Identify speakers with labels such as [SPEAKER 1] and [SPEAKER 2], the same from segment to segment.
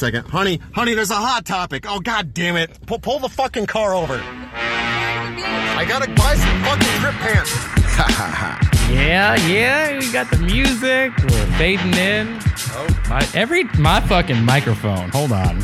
[SPEAKER 1] Second, honey, honey, there's a hot topic. Oh god damn it! Pull, pull the fucking car over. I gotta buy some fucking grip pants.
[SPEAKER 2] Yeah, yeah, we got the music. We're fading in. My every my fucking microphone. Hold on.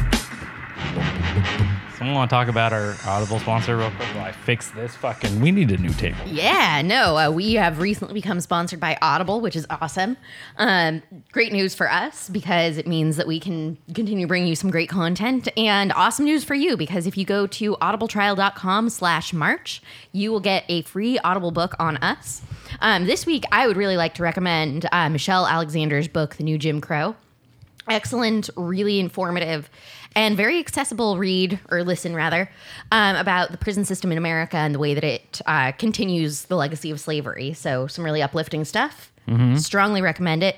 [SPEAKER 2] Someone want to talk about our Audible sponsor real quick while I fix this fucking. We need a new table.
[SPEAKER 3] Yeah, no, uh, we have recently become sponsored by Audible, which is awesome. Um, great news for us because it means that we can continue bringing you some great content, and awesome news for you because if you go to audibletrial.com/march, you will get a free Audible book on us. Um, this week, I would really like to recommend uh, Michelle Alexander's book, *The New Jim Crow* excellent, really informative, and very accessible read or listen rather um, about the prison system in America and the way that it uh, continues the legacy of slavery. So some really uplifting stuff.
[SPEAKER 2] Mm-hmm.
[SPEAKER 3] Strongly recommend it.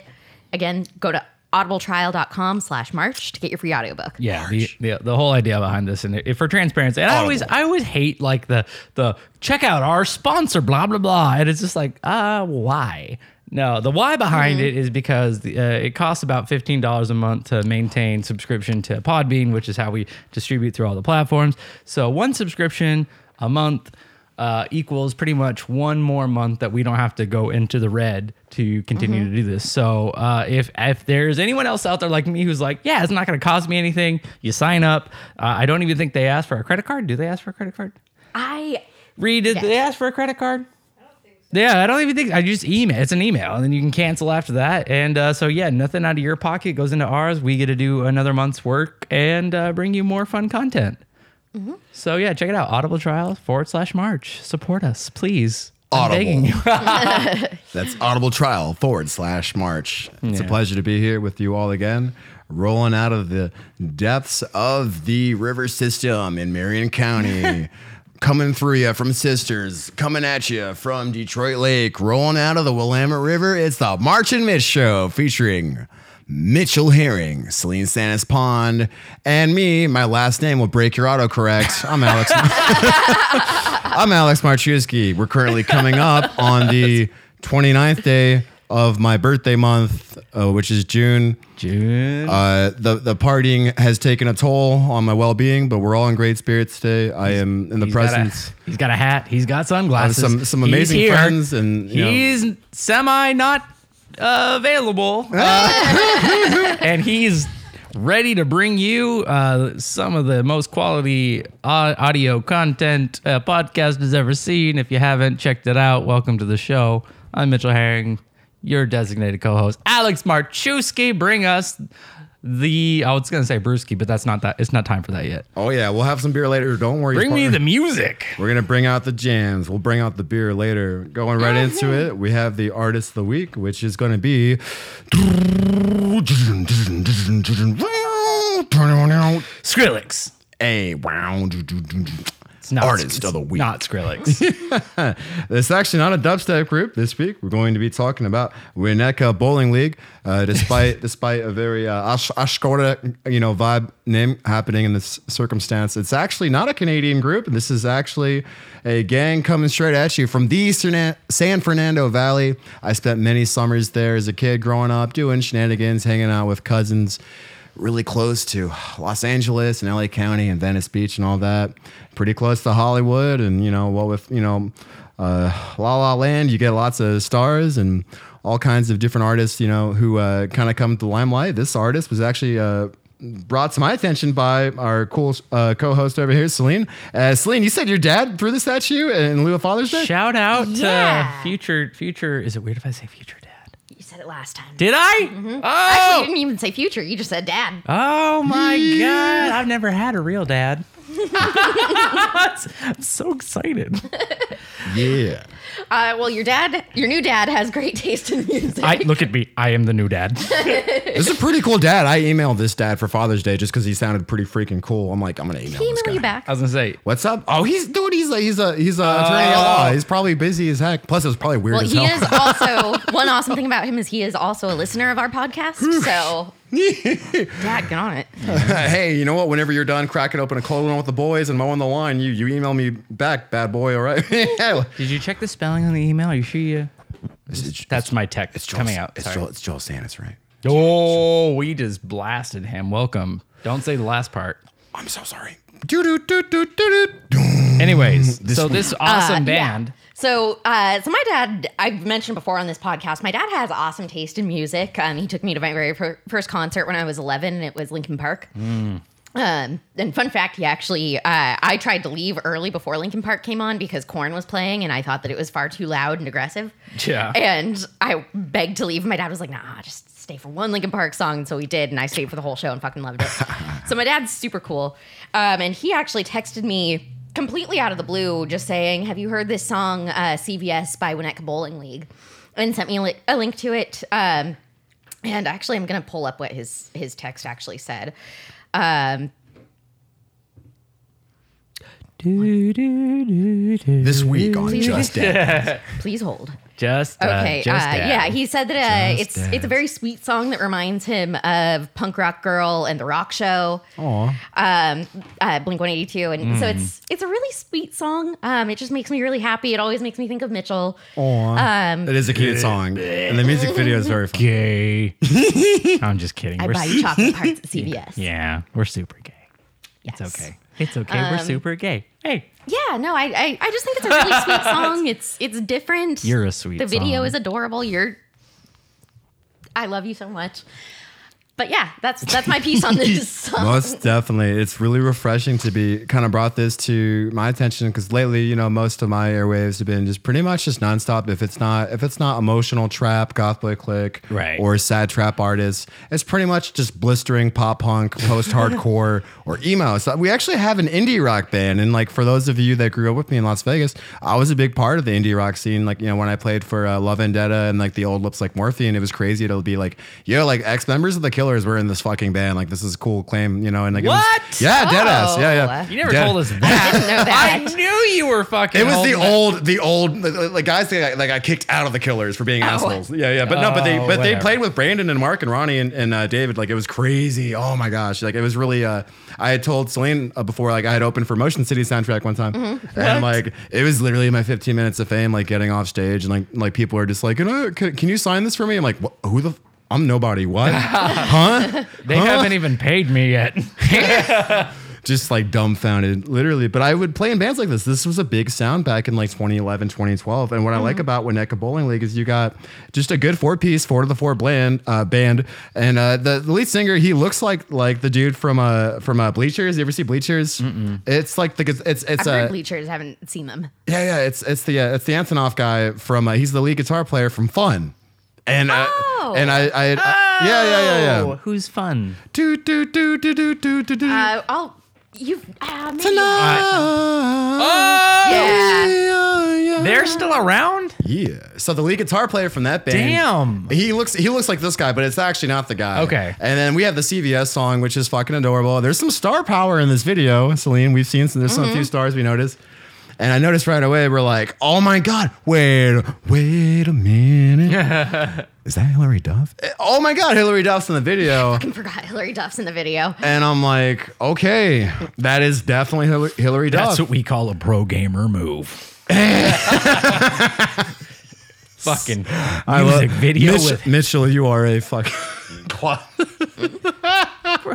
[SPEAKER 3] Again, go to audibletrial.com slash march to get your free audiobook.
[SPEAKER 2] Yeah, the, the the whole idea behind this, and it, for transparency, and I always I always hate like the the check out our sponsor, blah blah blah, and it's just like, uh, why? No, the why behind it is because the, uh, it costs about fifteen dollars a month to maintain subscription to Podbean, which is how we distribute through all the platforms. So one subscription a month uh, equals pretty much one more month that we don't have to go into the red to continue to do this. So uh, if if there's anyone else out there like me who's like, yeah, it's not going to cost me anything, you sign up. Uh, I don't even think they ask for a credit card. Do they ask for a credit card?
[SPEAKER 3] I
[SPEAKER 2] Reed, did they ask for a credit card? Yeah, I don't even think I just email. It's an email, and then you can cancel after that. And uh, so, yeah, nothing out of your pocket goes into ours. We get to do another month's work and uh, bring you more fun content. So yeah, check it out. Audible trials forward slash March. Support us, please. I'm
[SPEAKER 4] Audible.
[SPEAKER 2] begging you.
[SPEAKER 4] That's Audible Trial forward slash March. It's a pleasure to be here with you all again, rolling out of the depths of the river system in Marion County. coming through you from Sisters, coming at you from Detroit Lake, rolling out of the Willamette River. It's the March and Mitch Show featuring Mitchell Herring, Celine Stannis Pond, and me. My last name will break your autocorrect. I'm Alex. I'm Alex Marchewski. We're currently coming up on the 29th day of my birthday month, uh, which is June.
[SPEAKER 2] June.
[SPEAKER 4] Uh, the the partying has taken a toll on my well being, but we're all in great spirits today. I am in the
[SPEAKER 2] He's got a-
[SPEAKER 4] presence.
[SPEAKER 2] he's got a hat. He's got sunglasses.
[SPEAKER 4] Uh, some- some
[SPEAKER 2] He's
[SPEAKER 4] amazing
[SPEAKER 2] here.
[SPEAKER 4] friends and, you know-
[SPEAKER 2] he's semi not uh, available,
[SPEAKER 4] Ah.
[SPEAKER 2] Uh, and he's ready to bring you uh, some of the most quality au- audio content uh, podcast has ever seen. If you haven't checked it out, welcome to the show. I'm Mitchell Herring, your designated co-host, Alex Marchewski. Bring us. The I was gonna say brewski, but that's not that. It's not time for that yet.
[SPEAKER 4] Oh yeah, we'll have some beer later. Don't worry.
[SPEAKER 2] Bring me
[SPEAKER 4] partner.
[SPEAKER 2] the music.
[SPEAKER 4] We're gonna bring out the jams. We'll bring out the beer later. Going right into
[SPEAKER 2] Uh-huh.
[SPEAKER 4] it, we have the artist of the week, which is gonna be.
[SPEAKER 2] Skrillex.
[SPEAKER 4] Hey, wow.
[SPEAKER 2] It's not
[SPEAKER 4] Artist
[SPEAKER 2] it's
[SPEAKER 4] of the week.
[SPEAKER 2] Not Skrillex.
[SPEAKER 4] It's actually not a dubstep group this week. We're going to be talking about Winneka Bowling League, uh, despite despite a very uh, Ash- Ashkora you know vibe name happening in this circumstance. It's actually not a Canadian group. This is actually a gang coming straight at you from the Eastern San Fernando Valley. I spent many summers there as a kid growing up, doing shenanigans, hanging out with cousins really close to Los Angeles and LA County and Venice Beach and all that. Pretty close to Hollywood and you know, well with you know, uh, La La Land, you get lots of stars and all kinds of different artists, you know, who uh, kind of come to the limelight. This artist was actually uh, brought to my attention by our cool uh, co-host over here, Celine. Uh, Celine, you said your dad threw this at you in lieu of Father's Day.
[SPEAKER 2] Shout out
[SPEAKER 3] Yeah.
[SPEAKER 2] to future future. Is it weird if I say future dad?
[SPEAKER 3] You said it last time.
[SPEAKER 2] Did I?
[SPEAKER 3] Actually, you
[SPEAKER 2] Oh,
[SPEAKER 3] didn't even say future. You just said dad.
[SPEAKER 2] oh my god! I've never had a real dad. I'm so excited.
[SPEAKER 4] Yeah.
[SPEAKER 3] Uh, well, your dad, your new dad has great taste in music.
[SPEAKER 2] I look at me. I am the new dad.
[SPEAKER 4] This is a pretty cool dad. I emailed this dad for Father's Day just because he sounded pretty freaking cool. I'm like, I'm gonna email
[SPEAKER 3] Can you
[SPEAKER 4] this
[SPEAKER 3] email
[SPEAKER 4] guy.
[SPEAKER 3] you back.
[SPEAKER 2] I was gonna say.
[SPEAKER 4] What's up? Oh, he's dude. He's a he's a he's a attorney at law. He's probably busy as heck. Plus, it was probably weird
[SPEAKER 3] Well,
[SPEAKER 4] as
[SPEAKER 3] he
[SPEAKER 4] hell.
[SPEAKER 3] is also one awesome thing about him is he is also a listener of our podcast. so, dad, get on it.
[SPEAKER 4] hey, you know what? Whenever you're done cracking open a cold one with the boys and mowing the lawn, you you email me back, bad boy. All right.
[SPEAKER 2] Did you check the spelling on the email? Are you sure you? That's my tech. It's coming out.
[SPEAKER 4] It's
[SPEAKER 2] Sorry.
[SPEAKER 4] Joel, it's Joel Sanders, right?
[SPEAKER 2] Oh, we just blasted him. Welcome Don't say the last part.
[SPEAKER 4] I'm so sorry. Do do do do do do.
[SPEAKER 2] Anyways, so this Uh, awesome band.
[SPEAKER 3] So, uh, so my dad, I've mentioned before on this podcast, my dad has awesome taste in music. Um, he took me to my very fir- first concert when I was 11, and it was Linkin Park.
[SPEAKER 4] Mm.
[SPEAKER 3] Um, and fun fact, he actually, uh, I tried to leave early before Linkin Park came on because Corn was playing, and I thought that it was far too loud and aggressive.
[SPEAKER 2] Yeah.
[SPEAKER 3] And I begged to leave. My dad was like, nah, just stay for one Linkin Park song. And so we did. And I stayed for the whole show and fucking loved it. so my dad's super cool. Um, and he actually texted me completely out of the blue, just saying, Have you heard this song, uh, CVS by Winnetka Bowling League? And sent me a, li- a link to it. Um, and actually, I'm going to pull up what his, his text actually said. Um,
[SPEAKER 2] Do, do, do, do.
[SPEAKER 4] This week on Just Dance.
[SPEAKER 3] please hold.
[SPEAKER 2] Just uh,
[SPEAKER 3] Okay.
[SPEAKER 2] just
[SPEAKER 3] uh,
[SPEAKER 2] Dad.
[SPEAKER 3] yeah, he said that uh,
[SPEAKER 4] Just
[SPEAKER 3] it's it's a very sweet song that reminds him of Punk Rock Girl and The Rock Show,
[SPEAKER 4] Aw.
[SPEAKER 3] um, uh, Blink One Eighty Two, and
[SPEAKER 2] Mm.
[SPEAKER 3] so it's it's a really sweet song. Um, it just makes me really happy. It always makes me think of Mitchell.
[SPEAKER 4] Aw.
[SPEAKER 3] Um,
[SPEAKER 4] It is a cute song. And the music video is very fun.
[SPEAKER 2] gay. I'm just kidding.
[SPEAKER 3] I
[SPEAKER 2] We're
[SPEAKER 3] buy
[SPEAKER 2] su-
[SPEAKER 3] you chocolate parts at CVS.
[SPEAKER 2] yeah, we're super gay.
[SPEAKER 3] Yes.
[SPEAKER 2] It's okay. It's okay. we're super gay. Hey,
[SPEAKER 3] Yeah, no, I, I I just think it's a really sweet song. It's it's different.
[SPEAKER 2] You're a sweet
[SPEAKER 3] The video
[SPEAKER 2] song.
[SPEAKER 3] is adorable. You're I love you so much. But yeah, that's that's my piece on this song.
[SPEAKER 4] Most definitely. It's really refreshing to be kind of brought this to my attention because lately, you know, most of my airwaves have been just pretty much just nonstop. If it's not if it's not emotional trap, goth boy click,
[SPEAKER 2] Right.
[SPEAKER 4] or sad trap artists, it's pretty much just blistering pop punk, post hardcore, or emo. So we actually have an indie rock band, and like for those of you that grew up with me in Las Vegas, I was a big part of the indie rock scene. Like you know when I played for uh, Love Vendetta and like the old Lips Like Morphine, it was crazy to be like, yo, like ex members of the Killers were in this fucking band. Like this is a cool claim, you know? And like it was-
[SPEAKER 2] What?
[SPEAKER 4] yeah, dead ass.
[SPEAKER 3] Oh.
[SPEAKER 4] Yeah, yeah.
[SPEAKER 2] you never
[SPEAKER 4] Dead-
[SPEAKER 2] told us that.
[SPEAKER 3] Didn't know that.
[SPEAKER 2] I knew you were fucking.
[SPEAKER 4] It was the
[SPEAKER 2] holding
[SPEAKER 4] old, the old, the, the guys that I, like I kicked out of the Killers for being assholes. Yeah, yeah, but no, but they,
[SPEAKER 2] Oh,
[SPEAKER 4] but they
[SPEAKER 2] whatever.
[SPEAKER 4] played with Brandon and Mark and Ronnie and, and uh, David. Like it was crazy. Oh my gosh, like it was really. Uh, I had told Celine uh, before, like I had opened for Motion City soundtrack one time,
[SPEAKER 2] Mm-hmm.
[SPEAKER 4] and like it was literally my 15 minutes of fame, like getting off stage and like like people are just like, you know, can, can you sign this for me? I'm like, "Wh- who the. F- I'm nobody. What? huh?
[SPEAKER 2] They haven't even paid me yet.
[SPEAKER 4] just like dumbfounded, literally. But I would play in bands like this. This was a big sound back in like 2011, 2012. And what I like
[SPEAKER 3] Mm-hmm.
[SPEAKER 4] about Winneka Bowling League is you got just a good four piece, four to the four bland uh, band. And uh, the, the lead singer, he looks like like the dude from uh from uh, Bleachers. You ever see Bleachers? It's like the it's it's,
[SPEAKER 3] I've
[SPEAKER 4] it's
[SPEAKER 3] heard
[SPEAKER 4] uh,
[SPEAKER 3] bleachers, haven't seen them.
[SPEAKER 4] yeah yeah it's it's the uh, it's the Antonoff guy from uh, he's the lead guitar player from Fun. And uh,
[SPEAKER 3] Oh.
[SPEAKER 4] and I, I, I yeah yeah yeah
[SPEAKER 2] Oh,
[SPEAKER 4] yeah.
[SPEAKER 2] Who's fun?
[SPEAKER 4] Do do do do do do do do.
[SPEAKER 3] Uh, I'll you uh, maybe.
[SPEAKER 4] Oh!
[SPEAKER 3] oh!
[SPEAKER 4] Tonight.
[SPEAKER 3] Yeah.
[SPEAKER 2] They're still around?
[SPEAKER 4] Yeah. So the lead guitar player from that band.
[SPEAKER 2] Damn.
[SPEAKER 4] He looks he looks like this guy, but it's actually not the guy.
[SPEAKER 2] Okay.
[SPEAKER 4] And then we have the CVS song, which is fucking adorable. There's some star power in this video, Celine. We've seen some, there's some few stars we noticed. And I noticed right away, we're like, oh my God, wait, wait a minute. is that Hillary Duff? Eh, Oh my God, Hillary Duff's in the video.
[SPEAKER 3] I forgot Hillary Duff's in the video.
[SPEAKER 4] And I'm like, okay, that is definitely Hillary, Hillary Duff.
[SPEAKER 2] That's what we call a pro gamer move. fucking music video
[SPEAKER 4] Mitch-
[SPEAKER 2] with
[SPEAKER 4] Mitchell, you are a fuck.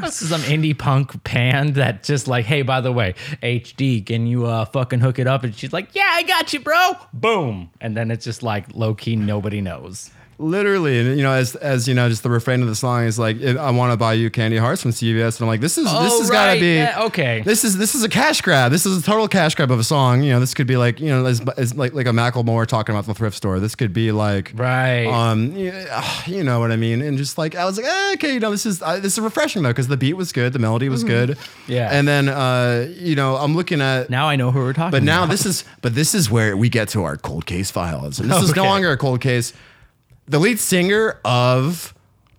[SPEAKER 2] some indie punk band that just like, hey, by the way, HD, can you uh fucking hook it up? And she's like, yeah, I got you, bro. Boom. And then it's just like low key, nobody knows.
[SPEAKER 4] Literally, and you know, as as you know, just the refrain of the song is like, "I want to buy you candy hearts from CVS," and I'm like, "This is this
[SPEAKER 2] Oh,
[SPEAKER 4] has got
[SPEAKER 2] right,
[SPEAKER 4] to be
[SPEAKER 2] yeah, okay.
[SPEAKER 4] This is this is a cash grab. This is a total cash grab of a song. You know, this could be like you know, as, as like like a Macklemore talking about the thrift store. This could be like
[SPEAKER 2] Right.
[SPEAKER 4] um, yeah, you know what I mean. And just like I was like, eh, okay, you know, this is uh, this is refreshing though because the beat was good, the melody was good,
[SPEAKER 2] Mm-hmm. Yeah.
[SPEAKER 4] And then uh, you know, I'm looking at
[SPEAKER 2] Now I know who we're talking
[SPEAKER 4] but now
[SPEAKER 2] about.
[SPEAKER 4] this is but this is where we get to our cold case files. And this is no
[SPEAKER 2] Okay.
[SPEAKER 4] longer a cold case. The lead singer of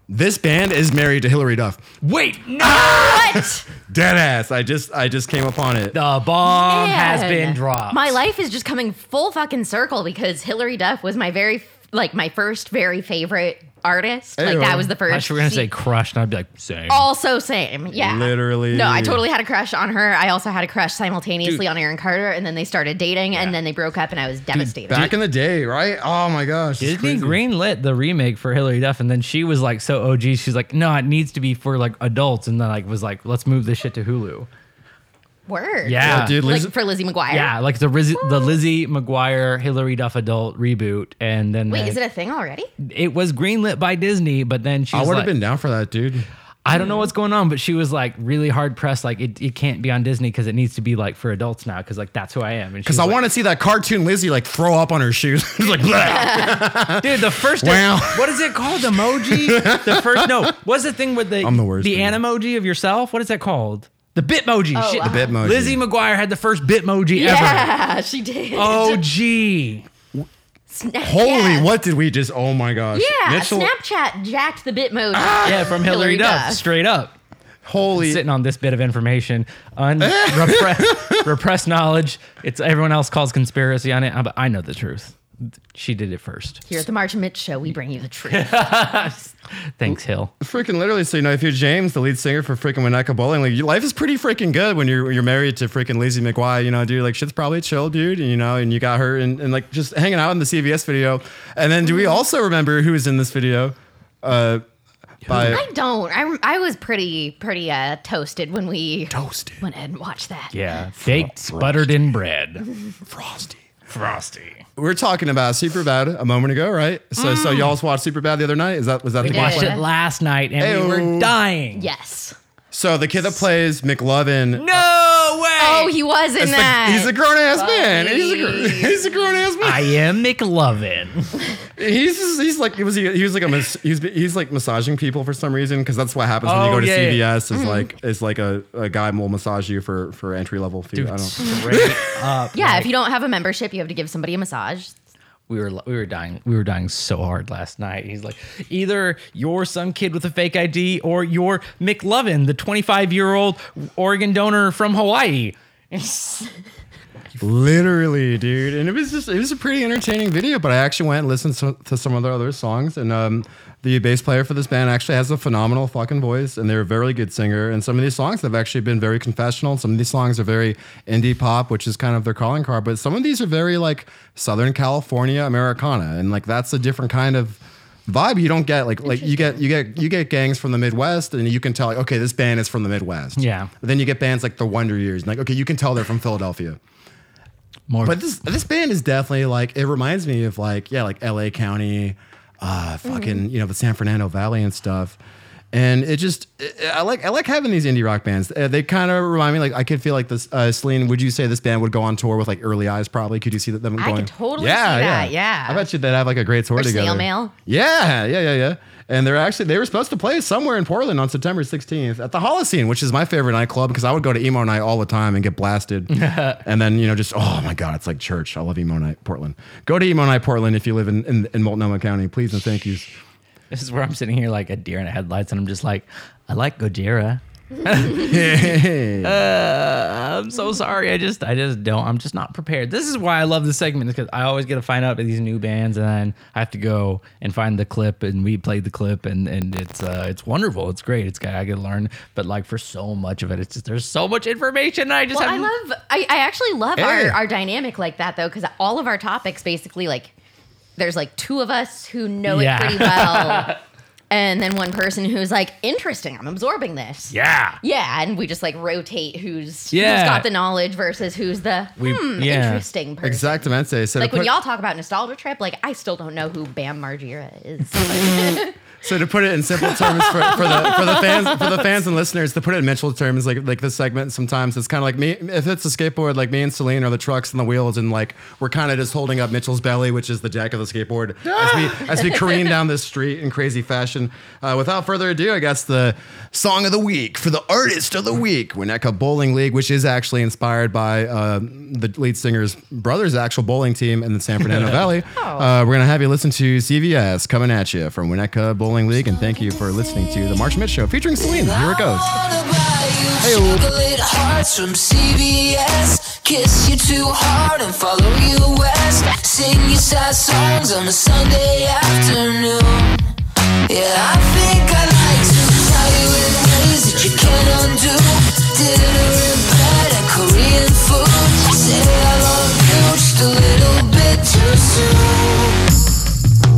[SPEAKER 4] this band is married to Hillary Duff.
[SPEAKER 2] Wait, no!
[SPEAKER 3] What?
[SPEAKER 4] Dead ass. I just I just came upon it.
[SPEAKER 2] The bomb has
[SPEAKER 3] Man.
[SPEAKER 2] been dropped.
[SPEAKER 3] My life is just coming full fucking circle because Hillary Duff was my very like my first very favorite artist. Like
[SPEAKER 4] Ew.
[SPEAKER 3] that was the
[SPEAKER 2] I
[SPEAKER 3] first.
[SPEAKER 2] thought you were gonna
[SPEAKER 3] she-
[SPEAKER 2] say crushed, and I'd be like, same.
[SPEAKER 3] also same. Yeah.
[SPEAKER 4] Literally.
[SPEAKER 3] No, I totally had a crush on her. I also had a crush simultaneously
[SPEAKER 2] Dude.
[SPEAKER 3] on Aaron Carter, and then they started dating, and then they broke up, and I was devastated.
[SPEAKER 4] Back in the day, right? Oh my gosh. it's
[SPEAKER 2] Disney
[SPEAKER 4] crazy.
[SPEAKER 2] greenlit the remake for Hillary Duff, and then she was like so OG. She's like, no, it needs to be for like adults, and then like was like, let's move this shit to Hulu.
[SPEAKER 3] Word.
[SPEAKER 2] Yeah,
[SPEAKER 4] dude,
[SPEAKER 3] Like
[SPEAKER 4] Liz-
[SPEAKER 3] for Lizzie McGuire.
[SPEAKER 2] Yeah, like the Riz- the Lizzie McGuire Hillary Duff adult reboot, and then
[SPEAKER 3] Wait,
[SPEAKER 2] they-
[SPEAKER 3] is it a thing already?
[SPEAKER 2] it was greenlit by Disney, but then she
[SPEAKER 4] I
[SPEAKER 2] was
[SPEAKER 4] would have
[SPEAKER 2] like,
[SPEAKER 4] been down for that, dude.
[SPEAKER 2] I don't know what's going on, but she was like really hard pressed, like it, it can't be on Disney because it needs to be like for adults now, because like that's who I am.
[SPEAKER 4] Because I want to see that cartoon Lizzie like throw up on her shoes. She's like, "Bleh."
[SPEAKER 2] to, dude. The first,
[SPEAKER 4] Wow.
[SPEAKER 2] what is it called? Emoji. the first, no, what's the thing with the
[SPEAKER 4] I'm the worst
[SPEAKER 2] the
[SPEAKER 4] dude.
[SPEAKER 2] animoji of yourself? What is that called? The Bitmoji.
[SPEAKER 3] Oh,
[SPEAKER 2] Shit.
[SPEAKER 3] wow. The
[SPEAKER 4] Bitmoji.
[SPEAKER 2] Ah, Lizzie McGuire had the first Bitmoji ever.
[SPEAKER 3] Yeah, she did.
[SPEAKER 2] Oh, gee.
[SPEAKER 3] Snapchat.
[SPEAKER 4] Holy, what did we just? Oh my gosh.
[SPEAKER 3] Yeah,
[SPEAKER 4] Mitchell,
[SPEAKER 3] Snapchat jacked the Bitmoji.
[SPEAKER 2] Yeah, from Hillary,
[SPEAKER 3] Hillary
[SPEAKER 2] Duff,
[SPEAKER 3] Duff.
[SPEAKER 2] straight up.
[SPEAKER 4] holy.
[SPEAKER 2] sitting on this bit of information, unrepressed repressed knowledge. It's everyone else calls conspiracy on it, but I know the truth. She did it first.
[SPEAKER 3] Here at the March and Mitch show, we bring you the truth.
[SPEAKER 2] Thanks, Hill.
[SPEAKER 4] freaking literally. So you know, if you're James, the lead singer for freaking Winneka Bowling League, your life is pretty freaking good when you're when you're married to freaking Lizzie McGuire. You know, dude, like shit's probably chill, dude. And, you know, and you got her and, and like just hanging out in the CVS video. And then do we
[SPEAKER 3] Mm-hmm.
[SPEAKER 4] also remember who was in this video? Uh, by
[SPEAKER 3] I don't. I, I was pretty pretty uh, toasted when we toasted went ahead and watched that.
[SPEAKER 2] Yeah, baked, buttered in bread,
[SPEAKER 4] Frosty.
[SPEAKER 2] frosty.
[SPEAKER 4] We We're talking about Superbad a moment ago, right? So so
[SPEAKER 3] Mm.
[SPEAKER 4] y'all watched Superbad the other night. Is that was that the
[SPEAKER 2] We
[SPEAKER 3] did.
[SPEAKER 4] question?
[SPEAKER 2] watched it last night and we were
[SPEAKER 4] Ayo.
[SPEAKER 2] dying.
[SPEAKER 3] Yes.
[SPEAKER 4] So the kid that plays McLovin.
[SPEAKER 2] No way.
[SPEAKER 3] Oh, he was in
[SPEAKER 4] It's like,
[SPEAKER 3] that.
[SPEAKER 4] he's a grown ass man. He's a, gr-
[SPEAKER 3] Buddy.
[SPEAKER 4] he's a grown ass man.
[SPEAKER 2] I am McLovin.
[SPEAKER 4] He's just, he's like he was he, was like a mas- he's he's like massaging people for some reason because that's what happens when you
[SPEAKER 2] Oh,
[SPEAKER 4] go to
[SPEAKER 2] yeah, yeah.
[SPEAKER 4] CVS is like is like a, a guy will massage you for for entry level fee. I don't.
[SPEAKER 2] Straight up.
[SPEAKER 3] yeah, if you don't have a membership, you have to give somebody a massage.
[SPEAKER 2] we were we were dying we were dying so hard last night. He's like, either you're some kid with a fake ID or you're McLovin, the 25 year old organ donor from Hawaii.
[SPEAKER 4] Literally, dude. And it was just it was a pretty entertaining video, but I actually went and listened to, to some of their other songs and um the bass player for this band actually has a phenomenal fucking voice and they're a very good singer and some of these songs have actually been very confessional. Some of these songs are very indie pop, which is kind of their calling card, but some of these are very like Southern California Americana and like that's a different kind of vibe you don't get like like you get you get you get gangs from the midwest and you can tell like okay this band is from the midwest
[SPEAKER 2] Yeah.
[SPEAKER 4] then you get bands like the wonder years and like okay you can tell they're from philadelphia
[SPEAKER 2] More
[SPEAKER 4] but this this band is definitely like it reminds me of like yeah like L.A. County, uh, fucking
[SPEAKER 3] Mm.
[SPEAKER 4] you know the San Fernando Valley and stuff. And it just I- I like I like having these indie rock bands. Uh, they kind of remind me like I could feel like this. Uh, Celine, would you say this band would go on tour with like Early Eyes? Probably. Could you see that them
[SPEAKER 3] I
[SPEAKER 4] going?
[SPEAKER 3] could totally see that, yeah.
[SPEAKER 4] I bet you they'd have like a great tour
[SPEAKER 3] Or Snail
[SPEAKER 4] together.
[SPEAKER 3] Mail.
[SPEAKER 4] Yeah, yeah, yeah, yeah. And they're actually they were supposed to play somewhere in Portland on September 16th at the Holocene, which is my favorite nightclub because I would go to emo night all the time and get blasted. and then you know just oh my god, it's like church. I love emo night Portland. Go to emo night Portland if you live in in, in Multnomah County, please and thank yous.
[SPEAKER 2] This is where I'm sitting here like a deer in the headlights, and I'm just like, I like Gojira.
[SPEAKER 3] Uh,
[SPEAKER 2] I'm so sorry. I just, I just don't. I'm just not prepared. This is why I love this segment because I always get to find out these new bands, and then I have to go and find the clip, and we played the clip, and and it's uh, it's wonderful. It's great. It's I get to learn, but like for so much of it, it's just there's so much information. And I just
[SPEAKER 3] Well, I
[SPEAKER 2] have
[SPEAKER 3] love. I, I actually love
[SPEAKER 4] Hey.
[SPEAKER 3] our, our dynamic like that though, because all of our topics basically like there's like two of us who know
[SPEAKER 2] Yeah.
[SPEAKER 3] it pretty well, and then one person who's like, interesting. I'm absorbing this.
[SPEAKER 2] yeah.
[SPEAKER 3] Yeah, and we just like rotate who's
[SPEAKER 2] Yeah.
[SPEAKER 3] who's got the knowledge versus who's the
[SPEAKER 2] We-
[SPEAKER 3] hmm,
[SPEAKER 2] yeah.
[SPEAKER 3] interesting person.
[SPEAKER 4] Exactamente. So
[SPEAKER 3] Like
[SPEAKER 4] to
[SPEAKER 3] when
[SPEAKER 4] put,
[SPEAKER 3] y'all talk about nostalgia trip, like I still don't know who Bam Margera is.
[SPEAKER 4] so to put it in simple terms for, for the for the fans for the fans and listeners, to put it in Mitchell terms, like like this segment sometimes it's kind of like me if it's a skateboard, like me and Celine are the trucks and the wheels, and like we're kind of just holding up Mitchell's belly, which is the jack of the skateboard, as we as we careen down this street in crazy fashion. Uh, without further ado, I guess the song of the week for the artist of the week, Winneka Bowling League, which is actually inspired by uh, the lead singer's brother's actual bowling team in the San Fernando Valley.
[SPEAKER 2] Oh.
[SPEAKER 4] Uh, we're gonna have you listen to CVS coming at you from Winneka Bowling League, and thank you for listening to the March Mid Show featuring Celine. Here it goes.
[SPEAKER 5] Hey, chocolate hearts from CVS. Kiss you too hard and follow you west. Sing you sad songs on a Sunday afternoon. Yeah, I think I like to tie you in ways that you can't undo. Dinner in bed and Korean food. Say I love you just a little bit too soon.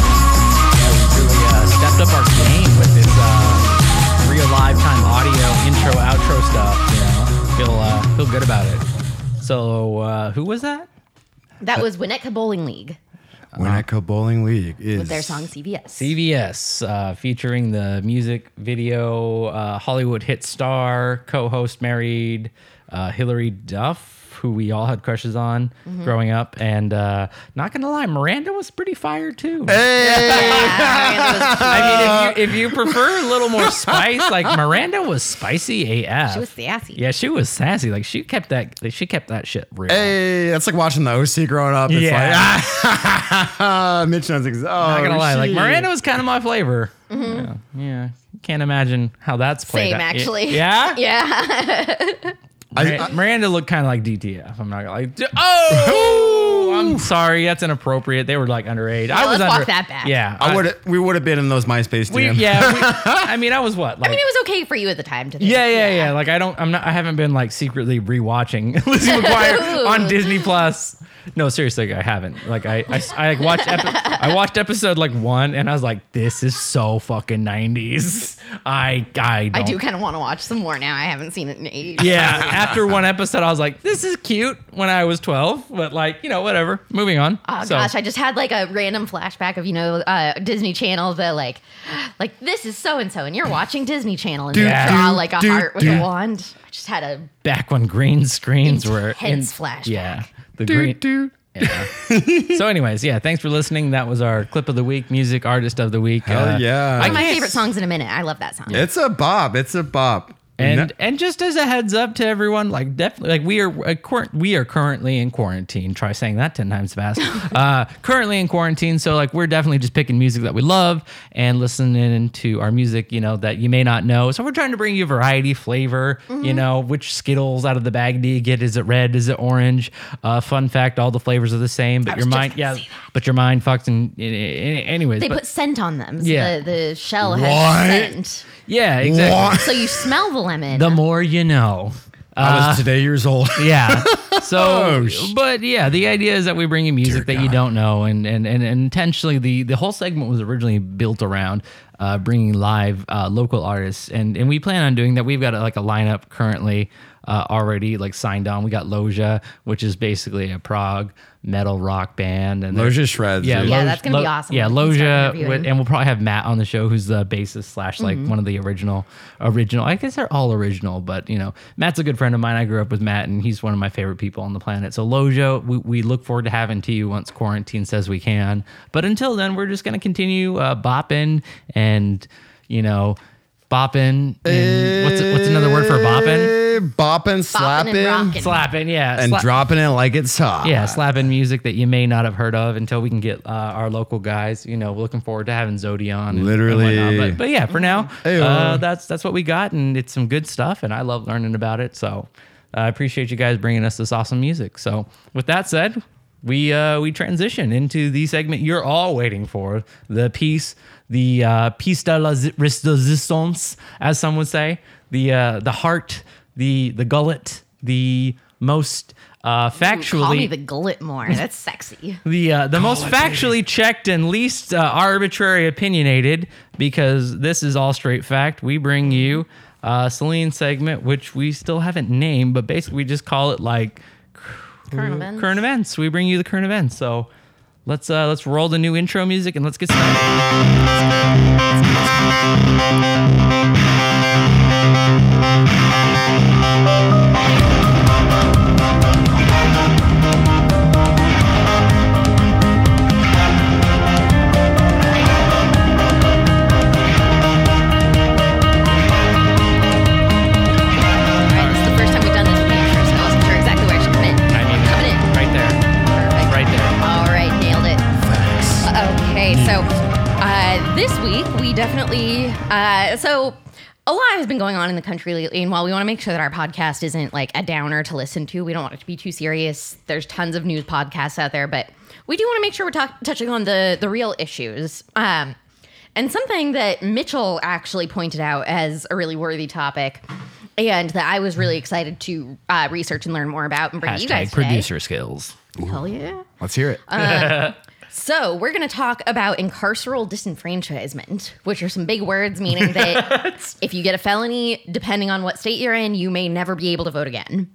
[SPEAKER 2] really uh, stepped up our game with this uh, real live time audio intro outro stuff. You know, feel uh, feel good about it. So uh, who was that?
[SPEAKER 3] That was Winnetka Bowling League
[SPEAKER 4] Winnetka Bowling League is
[SPEAKER 3] with their song CVS.
[SPEAKER 2] CVS, uh, featuring the music video uh, Hollywood hit star, co-host married uh, Hillary Duff, who we all had crushes on
[SPEAKER 3] Mm-hmm.
[SPEAKER 2] growing up, and uh, not gonna lie, Miranda was pretty fire too.
[SPEAKER 3] Yeah,
[SPEAKER 2] I mean, if you, if you prefer a little more spice, like Miranda was spicy AF.
[SPEAKER 3] She was sassy.
[SPEAKER 2] Yeah, she was sassy. Like she kept that. Like, she kept that shit real.
[SPEAKER 4] Hey, that's like watching the OC growing up. It's
[SPEAKER 2] Yeah.
[SPEAKER 4] like, ah, Mitch knows oh, exactly.
[SPEAKER 2] Not gonna lie, like Miranda was kind of my flavor. Yeah, yeah. Can't imagine how that's played.
[SPEAKER 3] Mm-hmm. Same,
[SPEAKER 2] out.
[SPEAKER 3] actually.
[SPEAKER 2] Yeah.
[SPEAKER 3] yeah.
[SPEAKER 2] Mir- Miranda looked kind of like DTF. I'm not gonna like. Oh, I'm sorry. That's inappropriate. They were like underage.
[SPEAKER 3] Yeah,
[SPEAKER 2] I was
[SPEAKER 3] let's
[SPEAKER 2] under,
[SPEAKER 3] walk that back.
[SPEAKER 2] Yeah,
[SPEAKER 4] I would we would have been in those MySpace
[SPEAKER 2] We,
[SPEAKER 4] DMs.
[SPEAKER 2] yeah. We, I mean, I was what? Like,
[SPEAKER 3] I mean, it was okay for you at the time. To think.
[SPEAKER 2] Yeah, yeah, yeah, Like I don't, I'm not, I haven't been like secretly rewatching Lizzie McGuire on Disney Plus. No, seriously, I haven't. Like I, I, I like watched, epi- I watched episode like one, and I was like, this is so fucking 90s. I, I,
[SPEAKER 3] I
[SPEAKER 2] don't-
[SPEAKER 3] do kind of want to watch some more now. I haven't seen it in ages.
[SPEAKER 2] Yeah. After one episode, I was like, this is cute. When I was 12, but like, you know, whatever. Moving on.
[SPEAKER 3] Oh
[SPEAKER 2] So-
[SPEAKER 3] gosh, I just had like a random flashback of you know uh, Disney Channel the like, like this is so and so, and you're watching Disney Channel and you
[SPEAKER 2] Yeah.
[SPEAKER 3] draw like a
[SPEAKER 4] do,
[SPEAKER 3] heart with
[SPEAKER 4] do.
[SPEAKER 3] a wand. I just had a
[SPEAKER 2] back when green screens were
[SPEAKER 3] Intense flashback.
[SPEAKER 2] Yeah, the green. Yeah. so, anyways, yeah. Thanks for listening. That was our clip of the week, music artist of the week. Uh,
[SPEAKER 4] Hell yeah.
[SPEAKER 2] I
[SPEAKER 3] my
[SPEAKER 2] can't-
[SPEAKER 3] favorite songs in a minute. I love that song.
[SPEAKER 4] It's a bop. It's a bop.
[SPEAKER 2] And and just as a heads up to everyone, like definitely, like we are uh, quar- we are currently in quarantine. Try saying that ten times fast. uh, currently in quarantine, so like we're definitely just picking music that we love and listening to our music, you know, that you may not know. So we're trying to bring you variety, flavor, you
[SPEAKER 3] Mm-hmm.
[SPEAKER 2] know, which Skittles out of the bag do you get? Is it red? Is it orange? Uh, fun fact: all the flavors are the same, but
[SPEAKER 3] was
[SPEAKER 2] your
[SPEAKER 3] just
[SPEAKER 2] mind,
[SPEAKER 3] gonna
[SPEAKER 2] yeah,
[SPEAKER 3] say that.
[SPEAKER 2] but your mind fucks and a- a- anyways,
[SPEAKER 3] They
[SPEAKER 2] but-
[SPEAKER 3] put scent on them. So
[SPEAKER 2] Yeah.
[SPEAKER 3] the, the shell has
[SPEAKER 4] What?
[SPEAKER 3] scent,
[SPEAKER 2] yeah, exactly.
[SPEAKER 3] so you smell the lemon.
[SPEAKER 2] The more you know.
[SPEAKER 4] I was today years old.
[SPEAKER 2] Yeah. So,
[SPEAKER 4] Oh, sh-
[SPEAKER 2] but yeah, the idea is that we bring you music that you don't know, and and and intentionally, the the whole segment was originally built around uh, bringing live uh, local artists, and and we plan on doing that. We've got uh, like a lineup currently uh, already like signed on. We got Loja, which is basically a Prague metal rock band, and they're-
[SPEAKER 4] Loja shreds.
[SPEAKER 2] yeah,
[SPEAKER 4] dude.
[SPEAKER 3] Yeah, that's gonna be awesome
[SPEAKER 2] Yeah,
[SPEAKER 3] when we can start
[SPEAKER 2] Loja,
[SPEAKER 3] interviewing.
[SPEAKER 2] with, and we'll probably have Matt on the show, who's the bassist slash like
[SPEAKER 3] Mm-hmm.
[SPEAKER 2] one of the original, original. I guess they're all original, but you know, Matt's a good friend of mine. I grew up with Matt, and he's one of my favorite people on the planet. So Loja, we, we look forward to having to you once quarantine says we can. But until then, we're just gonna continue uh, bopping and you know, bopping. And what's what's another word for bopping?
[SPEAKER 4] Eh, Bopping,
[SPEAKER 3] Bopping
[SPEAKER 4] slapping,
[SPEAKER 3] and rocking.
[SPEAKER 2] Slapping, yeah,
[SPEAKER 4] and
[SPEAKER 2] Sla-
[SPEAKER 4] dropping it like it's hot.
[SPEAKER 2] yeah, slapping music that you may not have heard of until we can get uh, our local guys. You know, looking forward to having Zodi on. and- and
[SPEAKER 4] Literally.
[SPEAKER 2] whatnot. but, but yeah, for now,
[SPEAKER 4] Ayo.
[SPEAKER 2] uh, that's that's what we got, and it's some good stuff, and I love learning about it. So uh, I appreciate you guys bringing us this awesome music. So with that said, we uh, we transition into the segment you're all waiting for the piece, the uh, piece de la zi- resistance, as some would say, the uh, the heart, the the gullet, the most uh, factually
[SPEAKER 3] Call me the glit more.
[SPEAKER 2] Mm.
[SPEAKER 3] That's sexy.
[SPEAKER 2] the uh, the most factually checked and least uh, arbitrary opinionated because this is all straight fact. We bring you uh, Celine's segment, which we still haven't named, but basically we just call it like
[SPEAKER 3] Current events.
[SPEAKER 2] current events. We bring you the current events. So let's uh, let's roll the new intro music and let's get started.
[SPEAKER 3] Alright, this is the first time we've done this with the intro, so I wasn't sure exactly where I should come in.
[SPEAKER 2] I mean,
[SPEAKER 3] Coming in.
[SPEAKER 2] right there.
[SPEAKER 3] Perfect.
[SPEAKER 2] Right there.
[SPEAKER 3] All right, nailed it. Okay, so uh, this week we definitely uh, so a lot has been going on in the country lately, and while we want to make sure that our podcast isn't like a downer to listen to, we don't want it to be too serious. There's tons of news podcasts out there, but we do want to make sure we're talk- touching on the the real issues. Um, and something that Mitchell actually pointed out as a really worthy topic, and that I was really excited to uh, research and learn more about and bring you guys
[SPEAKER 2] Hashtag
[SPEAKER 3] today.
[SPEAKER 2] producer skills.
[SPEAKER 3] Hell yeah.
[SPEAKER 4] Let's hear it.
[SPEAKER 3] Uh, So, we're going to talk about incarceral disenfranchisement, which are some big words, meaning that if you get a felony, depending on what state you're in, you may never be able to vote again.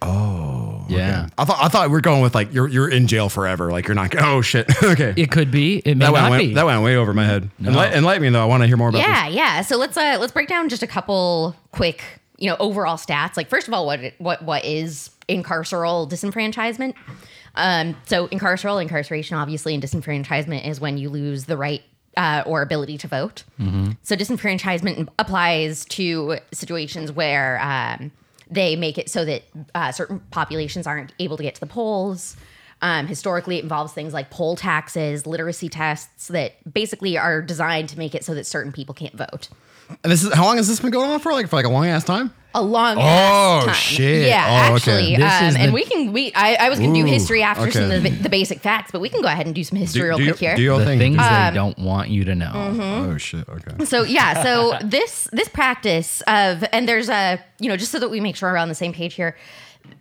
[SPEAKER 4] Oh,
[SPEAKER 2] Yeah.
[SPEAKER 4] I thought I thought we are going with like you're you're in jail forever. Like you're not. Oh shit. okay.
[SPEAKER 2] It could be. It may
[SPEAKER 4] that
[SPEAKER 2] not
[SPEAKER 4] went,
[SPEAKER 2] be.
[SPEAKER 4] went that went way over my head. Enlight, enlighten me though. I want to hear more about
[SPEAKER 3] Yeah, yeah. So let's uh, let's break down just a couple quick, you know, overall stats. Like first of all, what it- what what is incarceral disenfranchisement? Um, so incarceral incarceration, obviously, and disenfranchisement is when you lose the right uh, or ability to vote. So disenfranchisement applies to situations where um, they make it so that uh, certain populations aren't able to get to the polls. Um, historically, it involves things like poll taxes, literacy tests that basically are designed to make it so that certain people can't vote.
[SPEAKER 4] this. And this is how long has this been going on for? Like for like a long ass time.
[SPEAKER 3] A long
[SPEAKER 4] Oh,
[SPEAKER 3] ass time.
[SPEAKER 4] shit.
[SPEAKER 3] Yeah,
[SPEAKER 4] Oh, okay.
[SPEAKER 3] actually,
[SPEAKER 2] This
[SPEAKER 3] um,
[SPEAKER 2] is the-
[SPEAKER 3] and we can we I, I was gonna do
[SPEAKER 4] Ooh,
[SPEAKER 3] history after some of
[SPEAKER 4] okay.
[SPEAKER 3] the, the basic facts, but we can go ahead and do some history real
[SPEAKER 4] do,
[SPEAKER 3] quick
[SPEAKER 4] you,
[SPEAKER 3] here.
[SPEAKER 4] do your
[SPEAKER 2] the
[SPEAKER 4] thing.
[SPEAKER 2] things
[SPEAKER 3] Um,
[SPEAKER 2] they don't want you to know.
[SPEAKER 3] mm-hmm.
[SPEAKER 4] Oh shit. Okay.
[SPEAKER 3] So yeah, so this this practice of and there's a you know just so that we make sure we're on the same page here,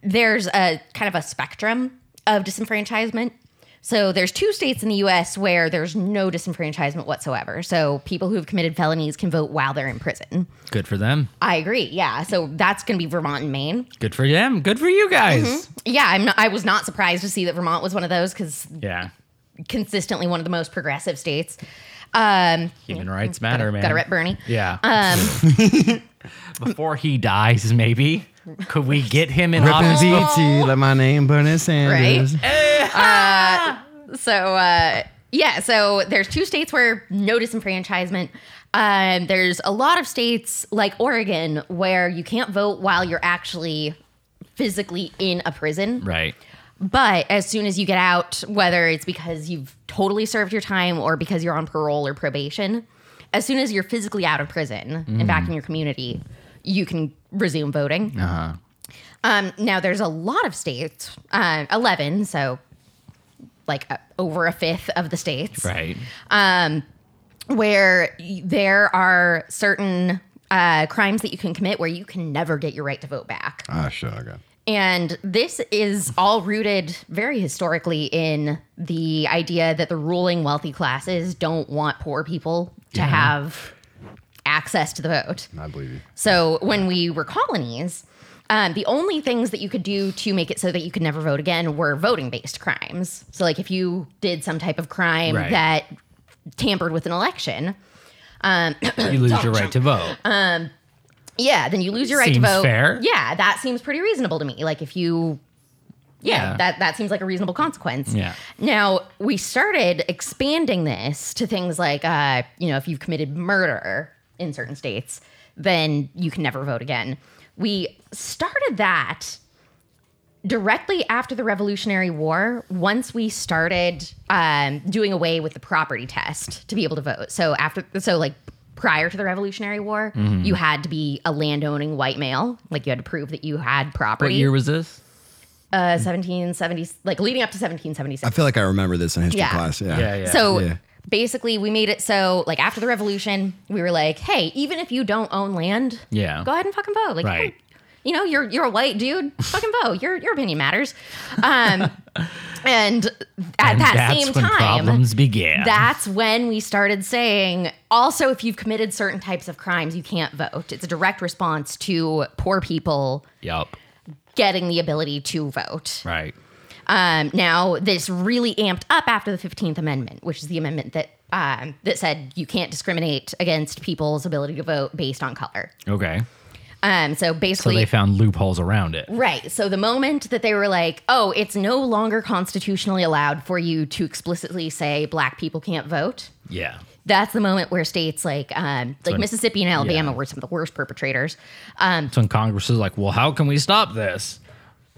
[SPEAKER 3] there's a kind of a spectrum of disenfranchisement. So there's two states in the U.S. where there's no disenfranchisement whatsoever. So people who have committed felonies can vote while they're in prison.
[SPEAKER 2] Good for them.
[SPEAKER 3] I agree. Yeah. So that's going to be Vermont and Maine.
[SPEAKER 2] Good for them. Good for you guys.
[SPEAKER 3] Yeah, I'm not, I was not surprised to see that Vermont was one of those because
[SPEAKER 2] Yeah.
[SPEAKER 3] consistently one of the most progressive states. Um,
[SPEAKER 2] Human rights matter, man.
[SPEAKER 3] gotta rep Bernie.
[SPEAKER 2] Yeah.
[SPEAKER 3] Um,
[SPEAKER 2] Before he dies, maybe. Could we get him in office?
[SPEAKER 4] DT, let my name burn in
[SPEAKER 3] Right? So uh, yeah, so there's two states where no disenfranchisement. Um, there's a lot of states like Oregon where you can't vote while you're actually physically in a prison.
[SPEAKER 2] Right.
[SPEAKER 3] But as soon as you get out, whether it's because you've totally served your time or because you're on parole or probation, as soon as you're physically out of prison and back in your community, you can resume voting.
[SPEAKER 2] Uh-huh.
[SPEAKER 3] Um, now, there's a lot of states, uh, 11, so like uh, over a fifth of the states,
[SPEAKER 2] Right.
[SPEAKER 3] where y- there are certain uh, crimes that you can commit where you can never get your right to vote back.
[SPEAKER 4] Ah shit. Okay.
[SPEAKER 3] And this is all rooted very historically in the idea that the ruling wealthy classes don't want poor people to have access to the vote.
[SPEAKER 4] I believe you.
[SPEAKER 3] So when we were colonies, um, the only things that you could do to make it so that you could never vote again were voting based crimes. So, like if you did some type of crime
[SPEAKER 2] Right.
[SPEAKER 3] that tampered with an election,
[SPEAKER 2] You lose your right to vote.
[SPEAKER 3] yeah, then you lose your right
[SPEAKER 2] Seems
[SPEAKER 3] to vote.
[SPEAKER 2] fair.
[SPEAKER 3] Yeah, that seems pretty reasonable to me. Like if you yeah,
[SPEAKER 2] Yeah.
[SPEAKER 3] that that seems like a reasonable consequence.
[SPEAKER 2] Yeah.
[SPEAKER 3] Now we started expanding this to things like, uh, you know, if you've committed murder in certain states, then you can never vote again. We started that directly after the Revolutionary War. Once we started um, doing away with the property test to be able to vote, so after, so like prior to the Revolutionary War,
[SPEAKER 2] Mm-hmm.
[SPEAKER 3] you had to be a landowning white male, like you had to prove that you had
[SPEAKER 2] what
[SPEAKER 3] property.
[SPEAKER 2] year was this?
[SPEAKER 3] uh, 1770, like leading up to 1776.
[SPEAKER 4] I feel like I remember this in history
[SPEAKER 3] Yeah.
[SPEAKER 4] class. Yeah.
[SPEAKER 2] yeah.
[SPEAKER 3] So
[SPEAKER 4] Yeah.
[SPEAKER 3] basically, we made it so like after the revolution, we were like, hey, even if you don't own land,
[SPEAKER 2] Yeah.
[SPEAKER 3] go ahead and fucking vote. Like,
[SPEAKER 2] Right.
[SPEAKER 3] you know, you're you're a white dude, fucking vote. Your your opinion matters. Um, and at
[SPEAKER 2] And
[SPEAKER 3] that
[SPEAKER 2] that's
[SPEAKER 3] same
[SPEAKER 2] when
[SPEAKER 3] time,
[SPEAKER 2] problems began.
[SPEAKER 3] that's when we started saying also if you've committed certain types of crimes, you can't vote. It's a direct response to poor people
[SPEAKER 2] Yup.
[SPEAKER 3] getting the ability to vote.
[SPEAKER 2] Right.
[SPEAKER 3] Um, now, this really amped up after the Fifteenth Amendment, which is the amendment that um, that said you can't discriminate against people's ability to vote based on color.
[SPEAKER 2] Okay.
[SPEAKER 3] Um, so
[SPEAKER 2] So
[SPEAKER 3] basically,
[SPEAKER 2] they found loopholes around it.
[SPEAKER 3] right. So the moment that they were like, "Oh, it's no longer constitutionally allowed for you to explicitly say black people can't vote,"
[SPEAKER 2] Yeah.
[SPEAKER 3] that's the moment where states like um, like
[SPEAKER 2] when-
[SPEAKER 3] Mississippi and Alabama
[SPEAKER 2] yeah.
[SPEAKER 3] were some of the worst perpetrators.
[SPEAKER 2] That's when Congress is like, well, how can we stop this?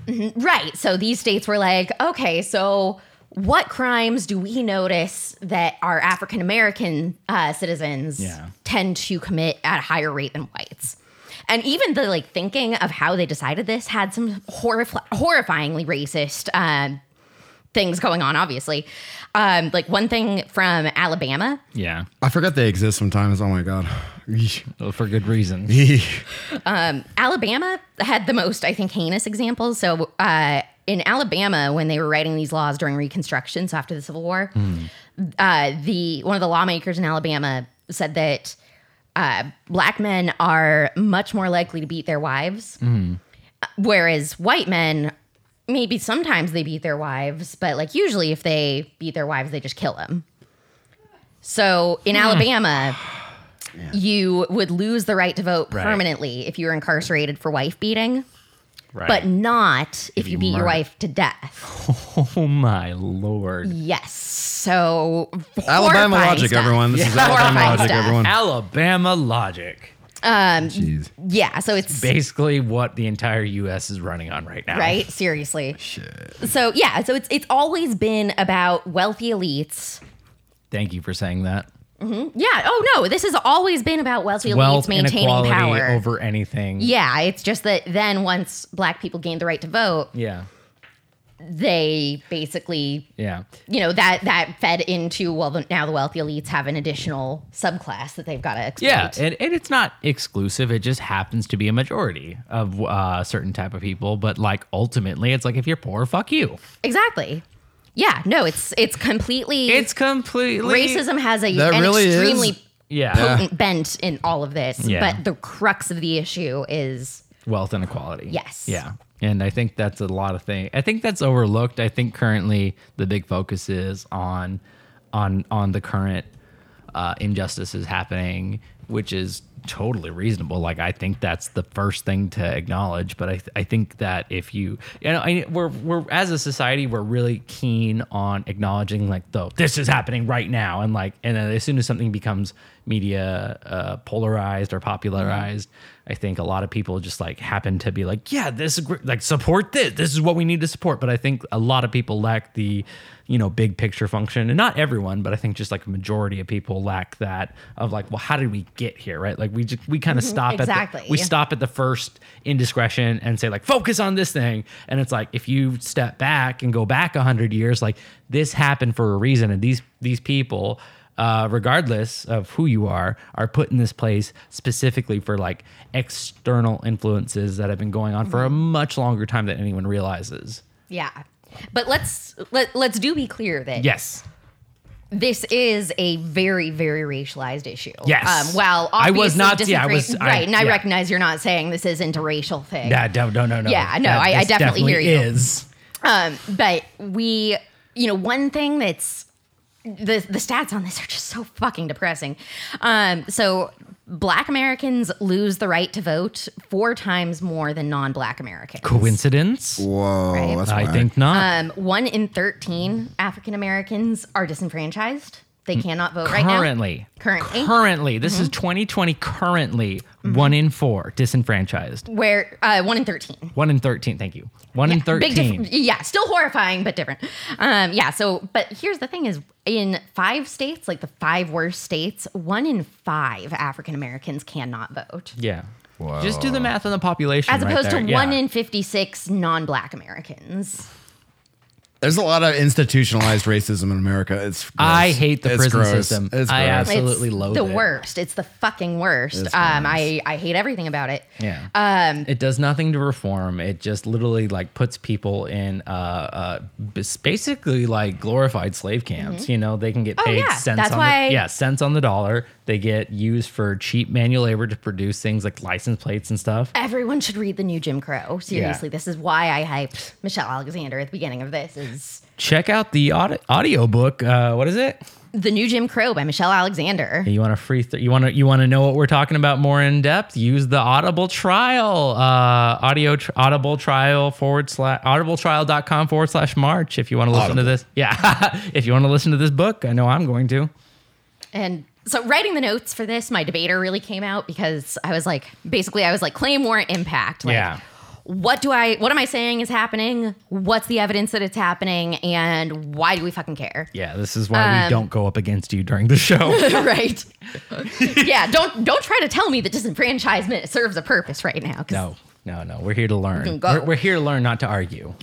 [SPEAKER 3] Right. So these states were like, okay, so what crimes do we notice that our African American uh, citizens
[SPEAKER 2] Yeah.
[SPEAKER 3] tend to commit at a higher rate than whites? And even the like thinking of how they decided this had some horrif- horrifyingly racist um, things going on. Obviously, um, like one thing from Alabama,
[SPEAKER 2] Yeah.
[SPEAKER 4] I forget they exist sometimes. Oh my god.
[SPEAKER 2] Well, for good reason.
[SPEAKER 3] Alabama had the most, I think, heinous examples. So uh, in Alabama, when they were writing these laws during Reconstruction, so after the Civil War, uh, the one of the lawmakers in Alabama said that uh, black men are much more likely to beat their wives, Uh, whereas white men. Maybe sometimes they beat their wives, but like usually, if they beat their wives, they just kill them. So in Alabama, you would lose the right to vote
[SPEAKER 2] Right.
[SPEAKER 3] permanently if you were incarcerated for wife beating,
[SPEAKER 2] Right.
[SPEAKER 3] but not if, you,
[SPEAKER 2] you
[SPEAKER 3] beat your
[SPEAKER 2] murder-
[SPEAKER 3] wife to death.
[SPEAKER 2] oh my lord.
[SPEAKER 3] Yes. So horrifying
[SPEAKER 4] Alabama logic,
[SPEAKER 3] stuff.
[SPEAKER 4] everyone. This is Alabama
[SPEAKER 3] Horrifying
[SPEAKER 4] logic,
[SPEAKER 3] stuff.
[SPEAKER 4] everyone.
[SPEAKER 2] Alabama logic.
[SPEAKER 4] Jeez.
[SPEAKER 3] Yeah. So it's
[SPEAKER 2] Basically, what the entire U.S. is running on right now.
[SPEAKER 3] right. Seriously. So yeah. So it's it's always been about wealthy elites.
[SPEAKER 2] Thank you for saying that.
[SPEAKER 3] Yeah. Oh no. This has always been about wealthy elites
[SPEAKER 2] Wealth
[SPEAKER 3] maintaining
[SPEAKER 2] inequality
[SPEAKER 3] power.
[SPEAKER 2] over anything.
[SPEAKER 3] yeah. It's just that then once black people gained the right to vote,
[SPEAKER 2] Yeah.
[SPEAKER 3] they basically
[SPEAKER 2] Yeah.
[SPEAKER 3] you know that that fed into well the, now the wealthy elites have an additional subclass that they've got to exploit.
[SPEAKER 2] Yeah, and, and it's not exclusive. It just happens to be a majority of uh, certain type of people. But like ultimately, it's like if you're poor, fuck you.
[SPEAKER 3] exactly. Yeah, no, it's it's completely
[SPEAKER 2] It's completely
[SPEAKER 3] racism has a
[SPEAKER 4] That
[SPEAKER 3] an
[SPEAKER 4] really is-
[SPEAKER 3] extremely
[SPEAKER 2] Yeah,
[SPEAKER 3] potent bent in all of this,
[SPEAKER 2] Yeah.
[SPEAKER 3] but the crux of the issue is
[SPEAKER 2] wealth inequality.
[SPEAKER 3] Yes.
[SPEAKER 2] Yeah. And I think that's a lot of thing. I think that's overlooked. I think currently the big focus is on on on the current uh, injustices happening, which is totally reasonable. Like I think that's the first thing to acknowledge. But I, I think that if you, you know, I, we're we're as a society we're really keen on acknowledging like though this is happening right now, and like and then as soon as something becomes media uh, polarized or popularized, I think a lot of people just like happen to be like, yeah, this gr- like support this. This is what we need to support. But I think a lot of people lack the, you know, big picture function, and not everyone, but I think just like a majority of people lack that of like, well, how did we get here, right? Like we just we kind of stop
[SPEAKER 3] exactly.
[SPEAKER 2] at the, we stop at the first indiscretion and say like, focus on this thing, and it's like if you step back and go back a hundred years, like this happened for a reason, and these these people uh, regardless of who you are, are put in this place specifically for like external influences that have been going on for a much longer time than anyone realizes.
[SPEAKER 3] yeah. But let's let let's do be clear that
[SPEAKER 2] Yes.
[SPEAKER 3] this is a very very racialized issue.
[SPEAKER 2] Yes.
[SPEAKER 3] Um, while
[SPEAKER 2] I
[SPEAKER 3] obviously
[SPEAKER 2] was not- yeah,
[SPEAKER 3] disagree-
[SPEAKER 2] I was- I-
[SPEAKER 3] right, and I
[SPEAKER 2] yeah.
[SPEAKER 3] recognize you're not saying this isn't a racial thing.
[SPEAKER 2] Yeah, no, no, no, no.
[SPEAKER 3] Yeah, no, I- I
[SPEAKER 2] this
[SPEAKER 3] definitely hear you.
[SPEAKER 2] Is.
[SPEAKER 3] Um, but we, you know, one thing that's the the stats on this are just so fucking depressing. Um, so Black Americans lose the right to vote four times more than non-Black Americans.
[SPEAKER 2] Coincidence?
[SPEAKER 4] Whoa,
[SPEAKER 3] Right.
[SPEAKER 4] that's
[SPEAKER 2] I
[SPEAKER 4] wild.
[SPEAKER 2] think not.
[SPEAKER 3] Um, one in thirteen African Americans are disenfranchised. They cannot vote right now.
[SPEAKER 2] currently.
[SPEAKER 3] Currently. Mm-hmm.
[SPEAKER 2] Currently. This is 2020. Currently, one in four disenfranchised.
[SPEAKER 3] Where uh, one in thirteen.
[SPEAKER 2] One in 13. Thank you. One in
[SPEAKER 3] Big
[SPEAKER 2] 13.
[SPEAKER 3] difference. Yeah, still horrifying, but different. Um, yeah. So, but here's the thing: is in five states, like the five worst states, one in five African Americans cannot vote,
[SPEAKER 2] yeah. Just do the math on the population.
[SPEAKER 3] as
[SPEAKER 2] right
[SPEAKER 3] opposed
[SPEAKER 2] there.
[SPEAKER 3] to
[SPEAKER 2] Yeah.
[SPEAKER 3] one in fifty-six non-Black Americans.
[SPEAKER 4] There's a lot of institutionalized racism in America. It's gross.
[SPEAKER 2] I hate the
[SPEAKER 4] It's
[SPEAKER 2] prison
[SPEAKER 4] gross.
[SPEAKER 2] system.
[SPEAKER 4] It's
[SPEAKER 2] I
[SPEAKER 4] gross.
[SPEAKER 2] abs- Absolutely
[SPEAKER 3] it's
[SPEAKER 2] loathe
[SPEAKER 3] the
[SPEAKER 2] it.
[SPEAKER 3] worst. It's the fucking worst.
[SPEAKER 4] It's
[SPEAKER 3] Um,
[SPEAKER 4] gross.
[SPEAKER 3] I I hate everything about it.
[SPEAKER 2] Yeah. Um, it does nothing to reform. It just literally like puts people in uh, uh, bas- basically like glorified slave camps. You know, they can get paid
[SPEAKER 3] Mm-hmm. Oh, yeah.
[SPEAKER 2] cents
[SPEAKER 3] That's
[SPEAKER 2] on
[SPEAKER 3] why-
[SPEAKER 2] the, yeah cents on the dollar. They get used for cheap manual labor to produce things like license plates and stuff.
[SPEAKER 3] Everyone should read the new Jim Crow. Seriously, this is why I hyped Michelle Alexander at the beginning of this. Is
[SPEAKER 2] Check out the audi- audio book. Uh, what is it?
[SPEAKER 3] the new Jim Crow by Michelle Alexander.
[SPEAKER 2] You want a free? Th- you want to? You want to know what we're talking about more in depth? Use the Audible trial, uh, audio tr- Audible trial forward slash audibletrial.com forward slash March. If you want to listen to
[SPEAKER 4] Audible.
[SPEAKER 2] this, yeah. if you want to listen to this book, I know I'm going to.
[SPEAKER 3] And so writing the notes for this, my debater really came out because I was like, basically, I was like, claim warrant impact. Like,
[SPEAKER 2] Yeah.
[SPEAKER 3] what do I what am I saying is happening? What's the evidence that it's happening and why do we fucking care?
[SPEAKER 2] Yeah, this is why we
[SPEAKER 3] Um,
[SPEAKER 2] don't go up against you during the show.
[SPEAKER 3] right. yeah, don't don't try to tell me that disenfranchisement serves a purpose right now. 'cause
[SPEAKER 2] no, no, no. We're here to learn.
[SPEAKER 3] go.
[SPEAKER 2] We're, we're here to learn, not to argue.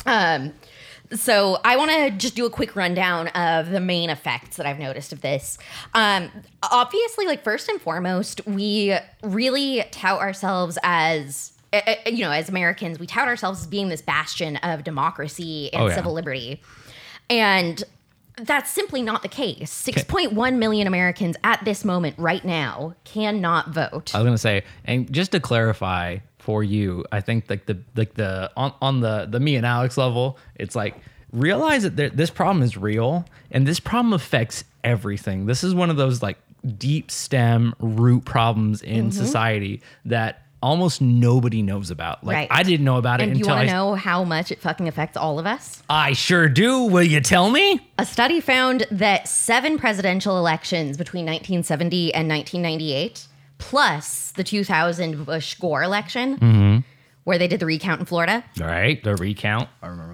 [SPEAKER 3] So I want to just do a quick rundown of the main effects that I've noticed of this. Um, obviously, like first and foremost, we really tout ourselves as. eh, eh, You know, as Americans, we tout ourselves as being this bastion of democracy and
[SPEAKER 2] Oh, yeah.
[SPEAKER 3] civil liberty. And that's simply not the case. 6.1 million Americans at this moment, right now, cannot vote.
[SPEAKER 2] I was gonna say, and just to clarify for you, I think like the like the on, on the the me and Alex level, it's like realize that there, this problem is real, and this problem affects everything. This is one of those like deep stem root problems
[SPEAKER 3] Mm-hmm.
[SPEAKER 2] in society that almost nobody knows about. Like
[SPEAKER 3] Right.
[SPEAKER 2] I didn't know about it
[SPEAKER 3] and you
[SPEAKER 2] until
[SPEAKER 3] want
[SPEAKER 2] I,
[SPEAKER 3] to know how much it fucking affects all of us?
[SPEAKER 2] I sure do. Will you tell me?
[SPEAKER 3] A study found that seven presidential elections between 1970 and 1998, plus the 2000 Bush Gore election, where they did the recount in Florida.
[SPEAKER 2] All right, the recount.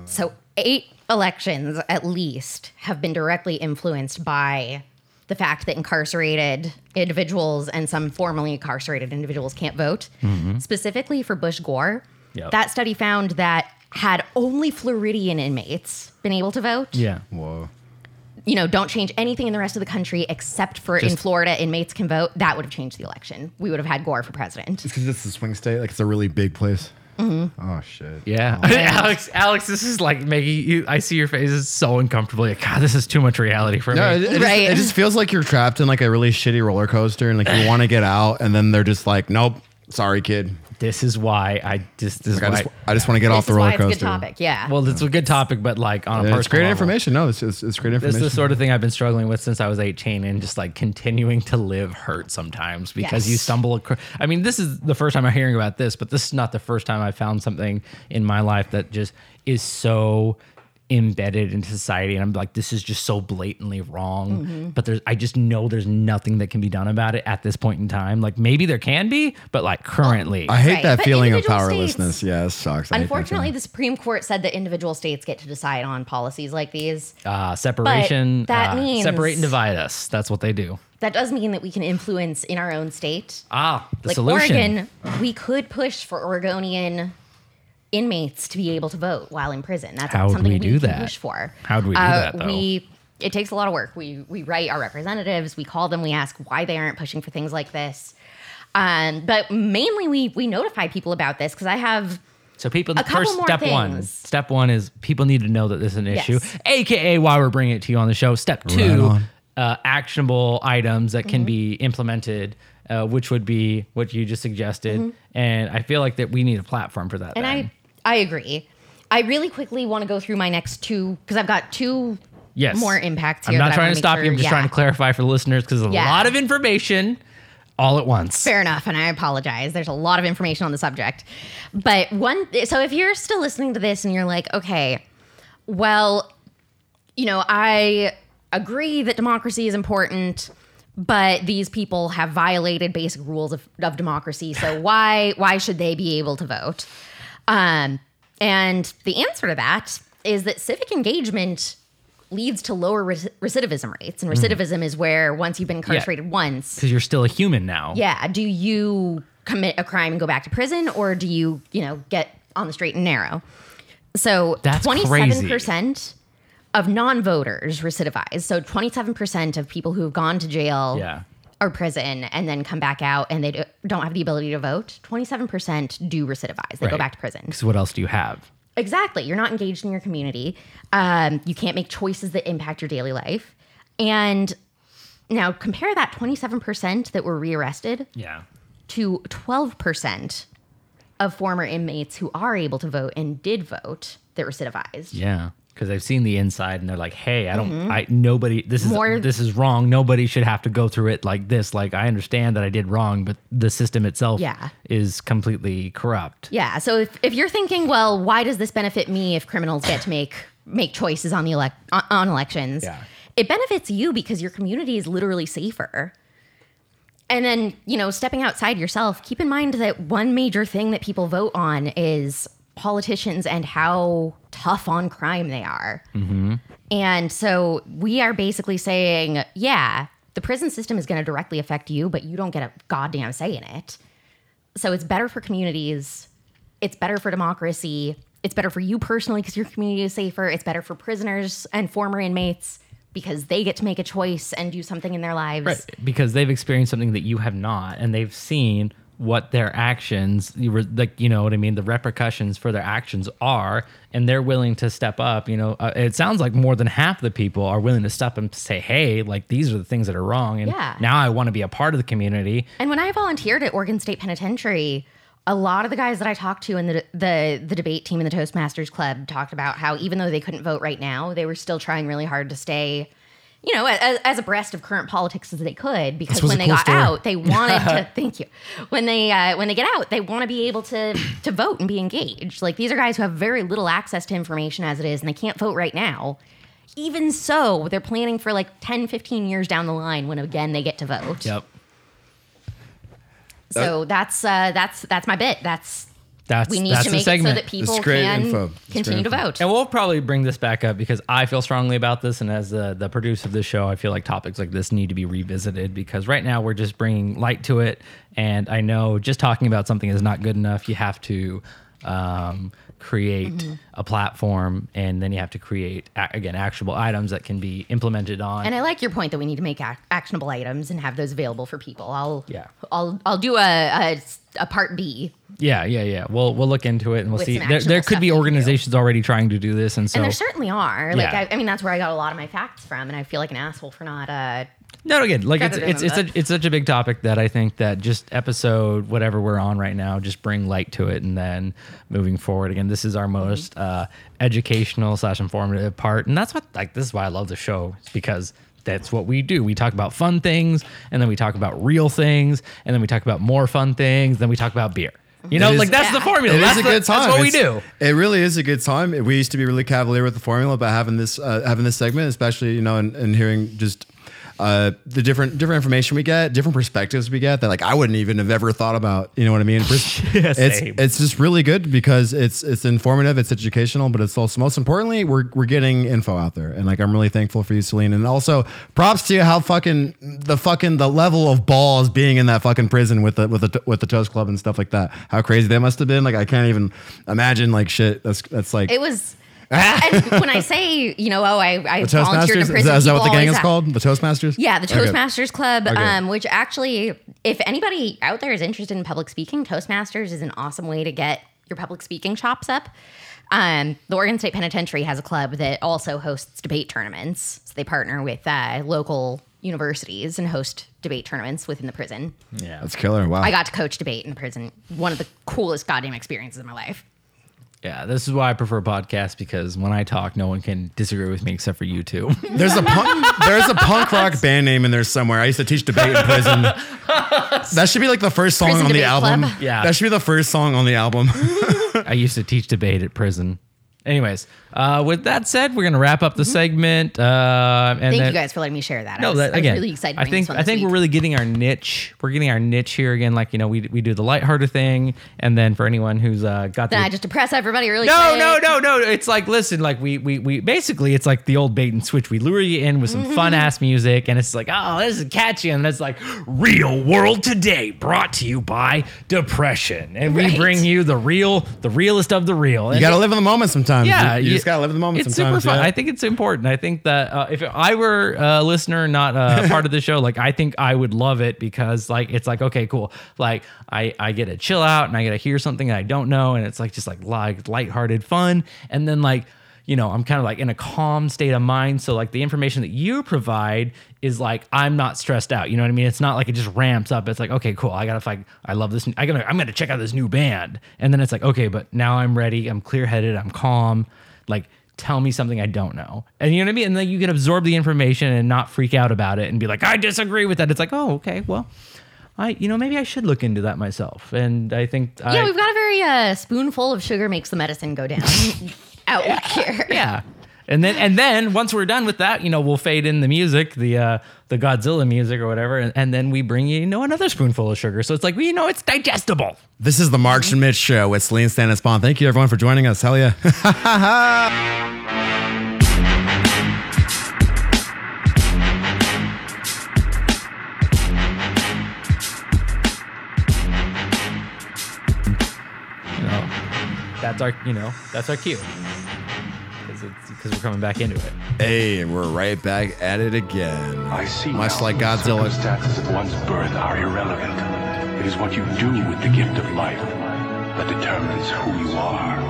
[SPEAKER 3] So, eight elections at least have been directly influenced by the fact that incarcerated individuals and some formerly incarcerated individuals can't vote. Specifically for Bush Gore,
[SPEAKER 2] Yep.
[SPEAKER 3] that study found that had only Floridian inmates been able to vote
[SPEAKER 2] Yeah.
[SPEAKER 4] Whoa.
[SPEAKER 3] you know, don't change anything in the rest of the country except for in
[SPEAKER 2] Just-
[SPEAKER 3] Florida, inmates can vote. That would have changed the election. We would have had Gore for president.
[SPEAKER 4] Because it's a swing state, like it's a really big place.
[SPEAKER 3] Mm-hmm.
[SPEAKER 4] Oh shit.
[SPEAKER 2] Yeah, Alex. Alex, this is like making you. I see your face is so uncomfortable. Like, God, this is too much reality for
[SPEAKER 4] No, it,
[SPEAKER 2] me.
[SPEAKER 4] it just,
[SPEAKER 3] Right.
[SPEAKER 4] it just feels like you're trapped in like a really shitty roller coaster, and like you want to get out, and then they're just like, "Nope, sorry, kid.
[SPEAKER 2] This is why I just. This is
[SPEAKER 4] Like, I
[SPEAKER 2] why.
[SPEAKER 4] just, I just want to get off
[SPEAKER 3] This
[SPEAKER 4] the
[SPEAKER 3] is why
[SPEAKER 4] roller
[SPEAKER 3] it's a
[SPEAKER 4] coaster."
[SPEAKER 3] good topic. Yeah.
[SPEAKER 2] well, it's a good topic, but like on a
[SPEAKER 4] Yeah,
[SPEAKER 2] personal
[SPEAKER 4] it's great
[SPEAKER 2] level.
[SPEAKER 4] information. No, it's, it's, it's great
[SPEAKER 2] This
[SPEAKER 4] information.
[SPEAKER 2] is the sort of thing I've been struggling with since I was 18, and just like continuing to live hurt sometimes because you
[SPEAKER 3] Yes.
[SPEAKER 2] stumble across. I mean, this is the first time I'm hearing about this, but this is not the first time I found something in my life that just is so embedded in society, and I'm like, this is just so blatantly wrong. But there's, I just know there's nothing that can be done about it at this point in time. Like maybe there can be, but like currently,
[SPEAKER 4] I hate
[SPEAKER 3] Right,
[SPEAKER 4] that
[SPEAKER 3] but
[SPEAKER 4] feeling of
[SPEAKER 3] individual states-
[SPEAKER 4] powerlessness. Yeah, it sucks. I hate that
[SPEAKER 3] Unfortunately,
[SPEAKER 4] feeling.
[SPEAKER 3] the Supreme Court said that individual states get to decide on policies like these.
[SPEAKER 2] uh, separation,
[SPEAKER 3] that
[SPEAKER 2] uh,
[SPEAKER 3] means-
[SPEAKER 2] separate and divide us. That's what they do.
[SPEAKER 3] That does mean that we can influence in our own state.
[SPEAKER 2] Ah, the
[SPEAKER 3] like
[SPEAKER 2] solution.
[SPEAKER 3] Oregon, we could push for Oregonian inmates to be able to vote while in prison. That's
[SPEAKER 2] How would
[SPEAKER 3] something
[SPEAKER 2] we
[SPEAKER 3] we,
[SPEAKER 2] do
[SPEAKER 3] can
[SPEAKER 2] that?
[SPEAKER 3] push for. Uh,
[SPEAKER 2] How do we do that, though?
[SPEAKER 3] We it takes a lot of work. We we write our representatives. We call them. We ask why they aren't pushing for things like this. Um, but mainly, we we notify people about this because I have
[SPEAKER 2] So people,
[SPEAKER 3] A couple
[SPEAKER 2] first
[SPEAKER 3] more
[SPEAKER 2] step one,
[SPEAKER 3] things.
[SPEAKER 2] step one is people need to know that this is an issue,
[SPEAKER 3] Yes.
[SPEAKER 2] aka why we're bringing it to you on the show. Step two,
[SPEAKER 4] on.
[SPEAKER 2] uh, actionable items that
[SPEAKER 3] Mm-hmm.
[SPEAKER 2] can be implemented, uh, which would be what you just suggested, and I feel like that we need a platform for that.
[SPEAKER 3] Mm-hmm. and
[SPEAKER 2] then.
[SPEAKER 3] I I agree. I really quickly want to go through my next two because I've got two
[SPEAKER 2] yes,
[SPEAKER 3] more impacts
[SPEAKER 2] I'm
[SPEAKER 3] here
[SPEAKER 2] not
[SPEAKER 3] that I
[SPEAKER 2] trying
[SPEAKER 3] wanna
[SPEAKER 2] to
[SPEAKER 3] make
[SPEAKER 2] stop you.
[SPEAKER 3] sure-
[SPEAKER 2] I'm just
[SPEAKER 3] yeah.
[SPEAKER 2] trying to clarify for the listeners because a
[SPEAKER 3] Yeah.
[SPEAKER 2] lot of information all at once.
[SPEAKER 3] Fair enough, and I apologize. There's a lot of information on the subject. But one so if you're still listening to this and you're like, okay, well, you know, I agree that democracy is important, but these people have violated basic rules of, of democracy. So why why should they be able to vote? Um, and the answer to that is that civic engagement leads to lower rec- recidivism rates, and recidivism is where once you've been incarcerated once,
[SPEAKER 2] Because you're still a human now.
[SPEAKER 3] yeah. Do you commit a crime and go back to prison, or do you, you know, get on the straight and narrow? So
[SPEAKER 2] That's
[SPEAKER 3] twenty-seven percent of non-voters recidivize. So twenty-seven percent of people who have gone to jail
[SPEAKER 2] Yeah.
[SPEAKER 3] or prison and then come back out and they do- don't have the ability to vote. Twenty-seven percent do recidivize. They go
[SPEAKER 2] Right.
[SPEAKER 3] back to prison.
[SPEAKER 2] Because what else do you have?
[SPEAKER 3] Exactly. You're not engaged in your community. Um, you can't make choices that impact your daily life. And now compare that 27% that were rearrested
[SPEAKER 2] Yeah.
[SPEAKER 3] to 12% of former inmates who are able to vote and did vote that recidivized.
[SPEAKER 2] Yeah, because they've seen the inside and they're like, "Hey, I don't, I nobody. This is
[SPEAKER 3] Mm-hmm. More-
[SPEAKER 2] this is wrong. Nobody should have to go through it like this. Like, I understand that I did wrong, but the system itself,
[SPEAKER 3] Yeah.
[SPEAKER 2] is completely corrupt.
[SPEAKER 3] Yeah. So if, if you're thinking, well, why does this benefit me if criminals get to make make choices on the elec- on, on elections?
[SPEAKER 2] Yeah.
[SPEAKER 3] It benefits you because your community is literally safer. And then, you know, stepping outside yourself, keep in mind that one major thing that people vote on is politicians and how tough on crime they are. And so we are basically saying, yeah, the prison system is going to directly affect you, but you don't get a goddamn say in it. So it's better for communities. It's better for democracy. It's better for you personally because your community is safer. It's better for prisoners and former inmates because they get to make a choice and do something in their lives.
[SPEAKER 2] Right, because they've experienced something that you have not, and they've seen what their actions, you were like, you know what I mean, the repercussions for their actions are, and they're willing to step up. You know, uh, it sounds like more than half the people are willing to step up and say, "Hey, like these are the things that are wrong, and
[SPEAKER 3] Yeah.
[SPEAKER 2] now I want to be a part of the community."
[SPEAKER 3] And when I volunteered at Oregon State Penitentiary, a lot of the guys that I talked to in the the the debate team in the Toastmasters Club talked about how even though they couldn't vote right now, they were still trying really hard to stay, you know, as, as abreast of current politics as they could. Because
[SPEAKER 4] was
[SPEAKER 3] when
[SPEAKER 4] a
[SPEAKER 3] they
[SPEAKER 4] cool
[SPEAKER 3] got
[SPEAKER 4] story.
[SPEAKER 3] out, they wanted to. Thank you. When they uh, when they get out, they want to be able to to vote and be engaged. Like these are guys who have very little access to information as it is, and they can't vote right now. Even so, they're planning for like 10, 15 years down the line when again they get to vote.
[SPEAKER 2] Yep,
[SPEAKER 3] So that's uh, that's that's my bit. That's
[SPEAKER 2] that's
[SPEAKER 3] we need
[SPEAKER 2] that's
[SPEAKER 3] to
[SPEAKER 2] the
[SPEAKER 3] make it so
[SPEAKER 2] segment.
[SPEAKER 3] that people
[SPEAKER 4] It's great
[SPEAKER 3] can
[SPEAKER 4] info. It's
[SPEAKER 3] continue
[SPEAKER 4] great
[SPEAKER 3] to vote.
[SPEAKER 2] And we'll probably bring this back up because I feel strongly about this. And as the, the producer of this show, I feel like topics like this need to be revisited because right now we're just bringing light to it. And I know just talking about something is not good enough. You have to um, create
[SPEAKER 3] Mm-hmm.
[SPEAKER 2] a platform and then you have to create, a- again, actionable items that can be implemented on.
[SPEAKER 3] And I like your point that we need to make ac- actionable items and have those available for people. I'll
[SPEAKER 2] Yeah.
[SPEAKER 3] I'll I'll do a a, a part B.
[SPEAKER 2] yeah, yeah, yeah. We'll, we'll look into it and we'll
[SPEAKER 3] With
[SPEAKER 2] see.
[SPEAKER 3] some
[SPEAKER 2] There, there
[SPEAKER 3] actionable
[SPEAKER 2] could
[SPEAKER 3] stuff we can
[SPEAKER 2] be
[SPEAKER 3] do.
[SPEAKER 2] organizations already trying to do this. And so,
[SPEAKER 3] and there certainly are. Like
[SPEAKER 2] Yeah.
[SPEAKER 3] I, I mean, that's where I got a lot of my facts from, and I feel like an asshole for not. Uh,
[SPEAKER 2] No, again, like it's
[SPEAKER 3] Gotta
[SPEAKER 2] it's it's,
[SPEAKER 3] remember.
[SPEAKER 2] such- it's such a big topic that I think that just episode whatever we're on right now, just bring light to it, and then moving forward. Again, this is our most uh, educational slash informative part, and that's what like this is why I love the show it's because that's what we do. We talk about fun things, and then we talk about real things, and then we talk about more fun things, then we talk about beer. You know,
[SPEAKER 4] is-
[SPEAKER 2] like that's
[SPEAKER 3] Yeah.
[SPEAKER 2] the formula.
[SPEAKER 4] It is
[SPEAKER 2] that's
[SPEAKER 4] a
[SPEAKER 2] the-
[SPEAKER 4] good time.
[SPEAKER 2] That's what we
[SPEAKER 4] It's-
[SPEAKER 2] do.
[SPEAKER 4] It really is a good time. We used to be really cavalier with the formula, but having this uh, having this segment, especially you know, and, and hearing just uh, the different different information we get, different perspectives we get that like I wouldn't even have ever thought about. You know what I mean? Pers-
[SPEAKER 2] Yeah,
[SPEAKER 4] it's
[SPEAKER 2] same.
[SPEAKER 4] it's just really good because it's it's informative, it's educational, but it's also most importantly we're we're getting info out there, and like I'm really thankful for you, Celine, and also props to you how fucking the fucking the level of balls being in that fucking prison with the with the with the Toast Club and stuff like that. How crazy that must have been! Like I can't even imagine like shit. That's that's like
[SPEAKER 3] it was. and when I say you know, oh, I I
[SPEAKER 4] the
[SPEAKER 3] volunteered in a
[SPEAKER 4] Toastmasters.
[SPEAKER 3] prison.
[SPEAKER 4] Is that, is that what
[SPEAKER 3] people
[SPEAKER 4] the gang
[SPEAKER 3] always
[SPEAKER 4] is
[SPEAKER 3] have-
[SPEAKER 4] called? The Toastmasters.
[SPEAKER 3] Yeah, the
[SPEAKER 4] Okay.
[SPEAKER 3] Toastmasters Club,
[SPEAKER 4] Okay.
[SPEAKER 3] um, which actually, if anybody out there is interested in public speaking, Toastmasters is an awesome way to get your public speaking chops up. Um, the Oregon State Penitentiary has a club that also hosts debate tournaments. So they partner with uh, local universities and host debate tournaments within the prison.
[SPEAKER 2] Yeah,
[SPEAKER 4] That's killer. Wow.
[SPEAKER 3] I got to coach debate in the prison. One of the coolest goddamn experiences of my life.
[SPEAKER 2] yeah. This is why I prefer podcasts because when I talk, no one can disagree with me except for you two.
[SPEAKER 4] There's a punk, there's a punk rock band name in there somewhere. I used to teach debate in prison. That should be like the first song
[SPEAKER 3] Prison
[SPEAKER 4] on the
[SPEAKER 3] Debate
[SPEAKER 4] album.
[SPEAKER 3] Club?
[SPEAKER 2] Yeah.
[SPEAKER 4] that should be the first song on the album.
[SPEAKER 2] I used to teach debate at prison. Anyways, uh, with that said, we're gonna wrap up the segment. Uh, and
[SPEAKER 3] Mm-hmm. Thank
[SPEAKER 2] then,
[SPEAKER 3] you guys for letting me share that. I
[SPEAKER 2] No,
[SPEAKER 3] was,
[SPEAKER 2] that,
[SPEAKER 3] I was
[SPEAKER 2] again,
[SPEAKER 3] really excited.
[SPEAKER 2] I
[SPEAKER 3] doing this
[SPEAKER 2] think
[SPEAKER 3] one
[SPEAKER 2] I
[SPEAKER 3] this
[SPEAKER 2] think
[SPEAKER 3] week.
[SPEAKER 2] we're really getting our niche. We're getting our niche here again. Like you know, we we do the lighthearted thing, and then for anyone who's uh, got
[SPEAKER 3] Then
[SPEAKER 2] the
[SPEAKER 3] I just depress everybody really
[SPEAKER 2] no,
[SPEAKER 3] quick.
[SPEAKER 2] no, no, no. It's like listen, like we we we basically it's like the old bait and switch. We lure you in with some
[SPEAKER 3] Mm-hmm.
[SPEAKER 2] fun ass music, and it's like, oh, this is catchy, and it's like real world today, brought to you by depression, and we
[SPEAKER 3] Right.
[SPEAKER 2] bring you the real, the realest of the real.
[SPEAKER 4] You gotta live in the moment sometimes.
[SPEAKER 2] yeah,
[SPEAKER 4] you, you just gotta live in the moment
[SPEAKER 2] It's
[SPEAKER 4] sometimes.
[SPEAKER 2] super fun.
[SPEAKER 4] yeah.
[SPEAKER 2] I think it's important. I think that uh, if I were a listener, not a part of the show, like I think I would love it because like it's like okay, cool. Like I I get to chill out and I get to hear something that I don't know, and it's like just like like lighthearted fun, and then like. You know, I'm kind of like in a calm state of mind. So, like, the information that you provide is like, I'm not stressed out. You know what I mean? It's not like it just ramps up. It's like, okay, cool. I gotta like I love this. I gotta, I'm gonna check out this new band. And then it's like, okay, but now I'm ready. I'm clear headed. I'm calm. Like, tell me something I don't know. And you know what I mean? And then you can absorb the information and not freak out about it and be like, I disagree with that. It's like, oh, okay, well, I, you know, maybe I should look into that myself. And I think,
[SPEAKER 3] Yeah,
[SPEAKER 2] I,
[SPEAKER 3] we've got a very uh, spoonful of sugar makes the medicine go down outlook here.
[SPEAKER 2] yeah. And then and then once we're done with that, you know, we'll fade in the music, the uh, the Godzilla music or whatever, and, and then we bring you, you know another spoonful of sugar. So it's like, well, you know, it's digestible.
[SPEAKER 4] This is the Marks and Mitch Show with Celine Stan and Spawn. Thank you, everyone, for joining us. Hell yeah.
[SPEAKER 2] You know, that's our you know that's our cue because we're coming back into it.
[SPEAKER 4] hey, we're right back at it again.
[SPEAKER 6] I see.
[SPEAKER 4] Much
[SPEAKER 6] now
[SPEAKER 4] like
[SPEAKER 6] the
[SPEAKER 4] Godzilla.
[SPEAKER 6] Circumstances of one's birth are irrelevant. It is what you do with the gift of life that determines who you are.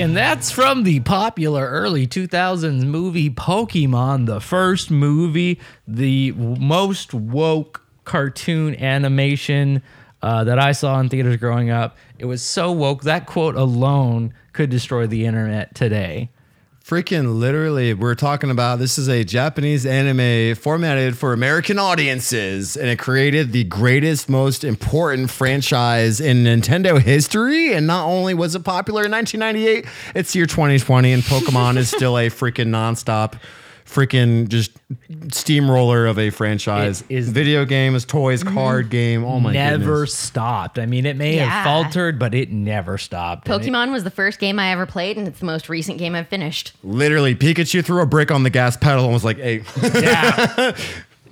[SPEAKER 2] And that's from the popular early 2000s movie Pokemon, the first movie, the most woke cartoon animation uh, that I saw in theaters growing up. It was so woke. That quote alone could destroy the internet today.
[SPEAKER 4] Freaking literally, we're talking about this is a Japanese anime formatted for American audiences, and it created the greatest, most important franchise in Nintendo history. And not only was it popular in 1998, it's year 2020, and Pokemon is still a freaking nonstop, freaking just steamroller of a franchise.
[SPEAKER 2] It is- Mm-hmm.
[SPEAKER 4] Video game, is toys, card game. Oh my
[SPEAKER 2] never
[SPEAKER 4] goodness.
[SPEAKER 2] stopped. I mean, it may
[SPEAKER 3] Yeah.
[SPEAKER 2] have faltered, but it never stopped. And it-
[SPEAKER 3] Pokemon was the first game I ever played, and it's the most recent game I've finished.
[SPEAKER 4] Literally, Pikachu threw a brick on the gas pedal and was like, "Hey,
[SPEAKER 2] yeah.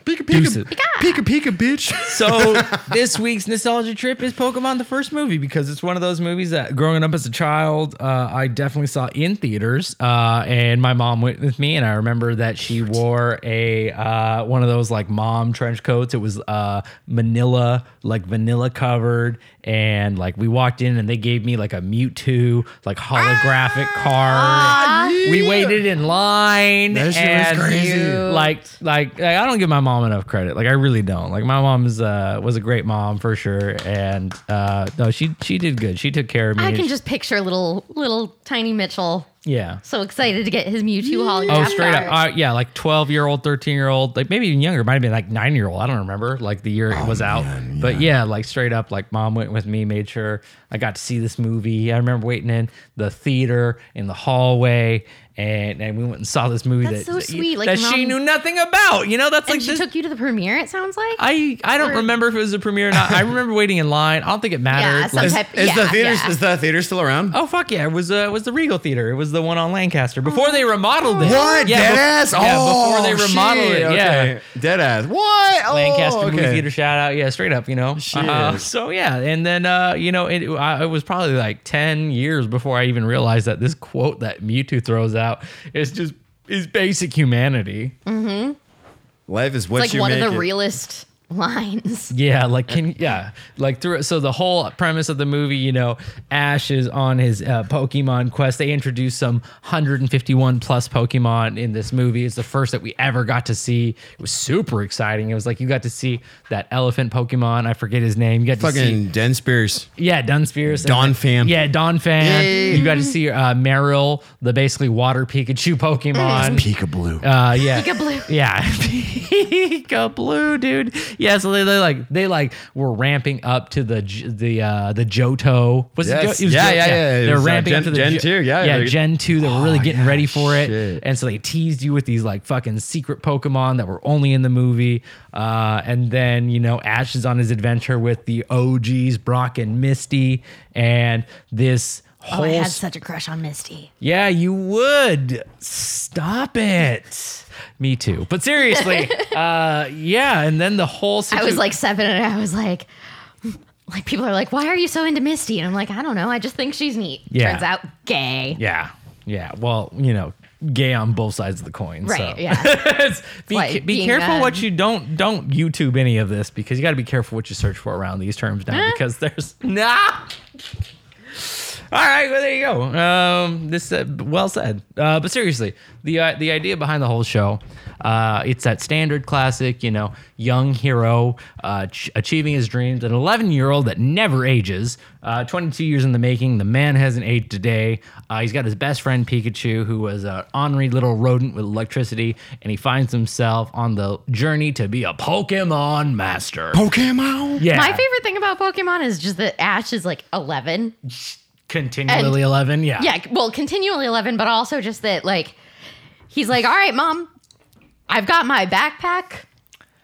[SPEAKER 4] Pika
[SPEAKER 2] Deuce
[SPEAKER 4] Pika,
[SPEAKER 2] it.
[SPEAKER 4] Pika Pika, bitch."
[SPEAKER 2] So this week's nostalgia trip is Pokemon the first movie because it's one of those movies that growing up as a child, uh, I definitely saw in theaters, uh, and my mom went with me, and I remember that she wore a uh, one of those like mom trench coats. It was uh, Manila, like vanilla covered, and like we walked in and they gave me like a Mewtwo like holographic card. We waited in line.
[SPEAKER 4] Ah, That shit was
[SPEAKER 2] and
[SPEAKER 4] crazy.
[SPEAKER 2] Like, like, like, I don't give my mom enough credit. Like, I really don't. Like, my mom's uh, was a great mom for sure, and uh, no, she she did good. She took care of me.
[SPEAKER 3] I can just picture little little tiny Mitchell
[SPEAKER 2] yeah.
[SPEAKER 3] so excited to get his Mewtwo holograph.
[SPEAKER 2] Oh, straight up.
[SPEAKER 3] card.
[SPEAKER 2] Uh, yeah, like 12 year old, 13 year old, like maybe even younger. Might have been like nine year old. I don't remember, like the year it was out. But yeah, like straight up, like mom went with me, made sure I got to see this movie. I remember waiting in the theater, in the hallway. And, and we went and saw this movie
[SPEAKER 3] That's
[SPEAKER 2] that,
[SPEAKER 3] so sweet, like
[SPEAKER 2] that
[SPEAKER 3] your
[SPEAKER 2] she
[SPEAKER 3] mom-
[SPEAKER 2] knew nothing about. You know, that's
[SPEAKER 3] And
[SPEAKER 2] like
[SPEAKER 3] she
[SPEAKER 2] this,
[SPEAKER 3] took you to the premiere. It sounds like.
[SPEAKER 2] I I don't
[SPEAKER 3] Or-
[SPEAKER 2] remember if it was a premiere or not. I remember waiting in line. I don't think it mattered.
[SPEAKER 3] some
[SPEAKER 2] Like-
[SPEAKER 3] type-
[SPEAKER 4] Is the
[SPEAKER 3] Yeah,
[SPEAKER 4] theater
[SPEAKER 3] yeah.
[SPEAKER 4] is the theater still around?
[SPEAKER 2] oh fuck yeah! It was uh, it was the Regal Theater. It was the one on Lancaster before they remodeled it.
[SPEAKER 4] What
[SPEAKER 2] Yeah,
[SPEAKER 4] dead
[SPEAKER 2] bef-
[SPEAKER 4] ass?
[SPEAKER 2] Yeah,
[SPEAKER 4] oh,
[SPEAKER 2] before they remodeled
[SPEAKER 4] shit,
[SPEAKER 2] it. Yeah.
[SPEAKER 4] okay. dead ass. What? Oh,
[SPEAKER 2] Lancaster movie
[SPEAKER 4] okay.
[SPEAKER 2] theater shout out, yeah, straight up, you know. Uh, so yeah, and then uh, you know, it, I, it was probably like ten years before I even realized that this quote that Mewtwo throws out is just is basic humanity.
[SPEAKER 4] Life is what
[SPEAKER 3] it's like
[SPEAKER 4] you
[SPEAKER 3] one of
[SPEAKER 4] make
[SPEAKER 3] the
[SPEAKER 4] it.
[SPEAKER 3] realest lines.
[SPEAKER 2] Yeah, like can yeah, like through so the whole premise of the movie, you know, Ash is on his uh, Pokemon quest. They introduce some 151 plus Pokemon in this movie. It's the first that we ever got to see. It was super exciting. It was like you got to see that elephant Pokemon. I forget his name. You got to see
[SPEAKER 4] fucking Den Spears.
[SPEAKER 2] yeah, Don Spears.
[SPEAKER 4] Don
[SPEAKER 2] And-
[SPEAKER 4] Pham.
[SPEAKER 2] Yeah, Don Fan.
[SPEAKER 4] Yay.
[SPEAKER 2] You got to see uh, Meryl, the basically water Pikachu Pokemon.
[SPEAKER 4] Pika Blue.
[SPEAKER 2] Uh, yeah.
[SPEAKER 3] Peekaboo.
[SPEAKER 2] Yeah, Pika Blue, dude. Yeah, so they, they like they like were ramping up to the J- the uh the Johto. Was
[SPEAKER 4] Yes.
[SPEAKER 2] it, Jo- it was
[SPEAKER 4] Yeah,
[SPEAKER 2] Jo-
[SPEAKER 4] yeah, yeah. It
[SPEAKER 2] They're
[SPEAKER 4] was, uh,
[SPEAKER 2] ramping up
[SPEAKER 4] Gen-
[SPEAKER 2] to the
[SPEAKER 4] Gen
[SPEAKER 2] Jo-
[SPEAKER 4] 2, yeah.
[SPEAKER 2] yeah,
[SPEAKER 4] They're- Oh,
[SPEAKER 2] Gen two. They were really getting ready for it,
[SPEAKER 4] shit.
[SPEAKER 2] and so they teased you with these like fucking secret Pokemon that were only in the movie. Uh, and then you know Ash is on his adventure with the OGs Brock and Misty, and this
[SPEAKER 3] Oh,
[SPEAKER 2] whole
[SPEAKER 3] I had
[SPEAKER 2] sp-
[SPEAKER 3] such a crush on Misty.
[SPEAKER 2] yeah, you would. Stop it. Me too. But seriously, uh, yeah. And then the whole
[SPEAKER 3] I
[SPEAKER 2] situation.
[SPEAKER 3] was like seven, and I was like, like people are like, why are you so into Misty? And I'm like, I don't know. I just think she's neat.
[SPEAKER 2] Yeah.
[SPEAKER 3] Turns out, gay.
[SPEAKER 2] yeah, yeah. Well, you know, gay on both sides of the coin.
[SPEAKER 3] Right,
[SPEAKER 2] so.
[SPEAKER 3] yeah.
[SPEAKER 2] It's- be
[SPEAKER 3] Like
[SPEAKER 2] ca- be
[SPEAKER 3] being
[SPEAKER 2] careful
[SPEAKER 3] bad.
[SPEAKER 2] what you don't don't YouTube any of this because you got to be careful what you search for around these terms now
[SPEAKER 3] Huh?
[SPEAKER 2] because there's nah. All right, well there you go. Um, this uh, well said. Uh, but seriously, the uh, the idea behind the whole show, uh, it's that standard classic, you know, young hero uh, ch- achieving his dreams, an 11 year old that never ages, uh, 22 years in the making. The man hasn't aged a day. Uh, he's got his best friend Pikachu, who was an ornery little rodent with electricity, and he finds himself on the journey to be a Pokemon master.
[SPEAKER 4] Pokemon.
[SPEAKER 2] yeah,
[SPEAKER 3] My favorite thing about Pokemon is just that Ash is like 11.
[SPEAKER 2] Continually 11. Yeah.
[SPEAKER 3] yeah, well, continually 11, but also just that, like, he's like, all right, mom, I've got my backpack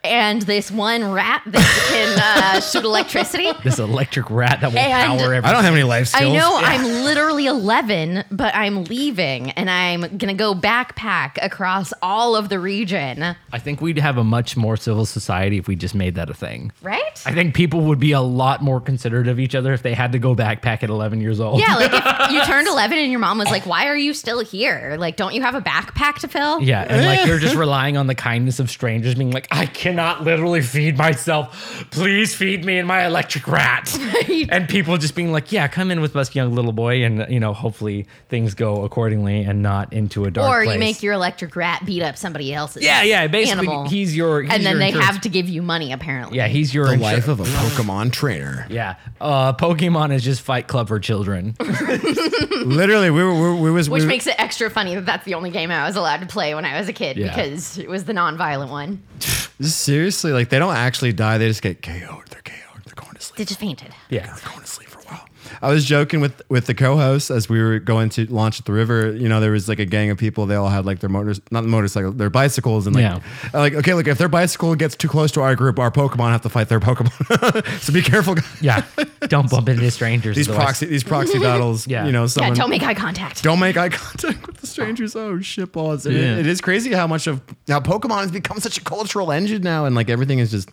[SPEAKER 3] and this one rat that can uh, shoot electricity.
[SPEAKER 2] This electric rat that will
[SPEAKER 3] And-
[SPEAKER 2] power everything.
[SPEAKER 4] I don't have any life
[SPEAKER 3] I
[SPEAKER 4] skills.
[SPEAKER 3] know I'm literally 11, but I'm leaving and I'm going to go backpack across all of the region,
[SPEAKER 2] I think we'd have a much more civil society if we just made that a thing.
[SPEAKER 3] right?
[SPEAKER 2] I think people would be a lot more considerate of each other if they had to go backpack at 11 years old.
[SPEAKER 3] yeah, like if you turned 11 and your mom was like, why are you still here? Like, don't you have a backpack to fill?
[SPEAKER 2] Yeah, and like you're just relying on the kindness of strangers being like, I cannot literally feed myself. Please feed me and my electric rat. and people just being like, Yeah, come in with us, young little boy, and you know, hopefully things go accordingly and not into a dark
[SPEAKER 3] Or
[SPEAKER 2] place.
[SPEAKER 3] you make your electric rat beat up somebody else's.
[SPEAKER 2] Yeah, yeah. Basically,
[SPEAKER 3] animal.
[SPEAKER 2] he's your. he's
[SPEAKER 3] and then
[SPEAKER 2] your
[SPEAKER 3] they
[SPEAKER 2] insurance-
[SPEAKER 3] have to give you money apparently.
[SPEAKER 2] Yeah, he's your
[SPEAKER 4] the
[SPEAKER 2] insur-
[SPEAKER 4] life of a Pokemon trainer.
[SPEAKER 2] Yeah, uh, Pokemon is just Fight Club for children.
[SPEAKER 4] Literally, we were we, we was
[SPEAKER 3] Which
[SPEAKER 4] we,
[SPEAKER 3] makes it extra funny that that's the only game I was allowed to play when I was a kid
[SPEAKER 2] Yeah.
[SPEAKER 3] because it was the non-violent one.
[SPEAKER 4] seriously like they don't actually die. They just get KO'd. They're KO'd. They're going to sleep.
[SPEAKER 3] They just fainted.
[SPEAKER 2] Yeah,
[SPEAKER 4] going to sleep for a while. I was joking with with the co-host as we were going to launch at the river. You know, there was like a gang of people. They all had like their motors, not motorcycles, their bicycles, and like,
[SPEAKER 2] Yeah.
[SPEAKER 4] I'm like okay, look, if their bicycle gets too close to our group, our Pokemon have to fight their Pokemon. so be careful, guys.
[SPEAKER 2] yeah. Don't bump into strangers.
[SPEAKER 4] These
[SPEAKER 2] otherwise-
[SPEAKER 4] proxy, these proxy battles.
[SPEAKER 2] Yeah.
[SPEAKER 4] you know, someone
[SPEAKER 3] yeah, don't make eye contact.
[SPEAKER 4] don't make eye contact with the strangers. Oh shit balls. It-
[SPEAKER 2] Yeah.
[SPEAKER 4] it is crazy how much of how Pokemon has become such a cultural engine now and like everything has just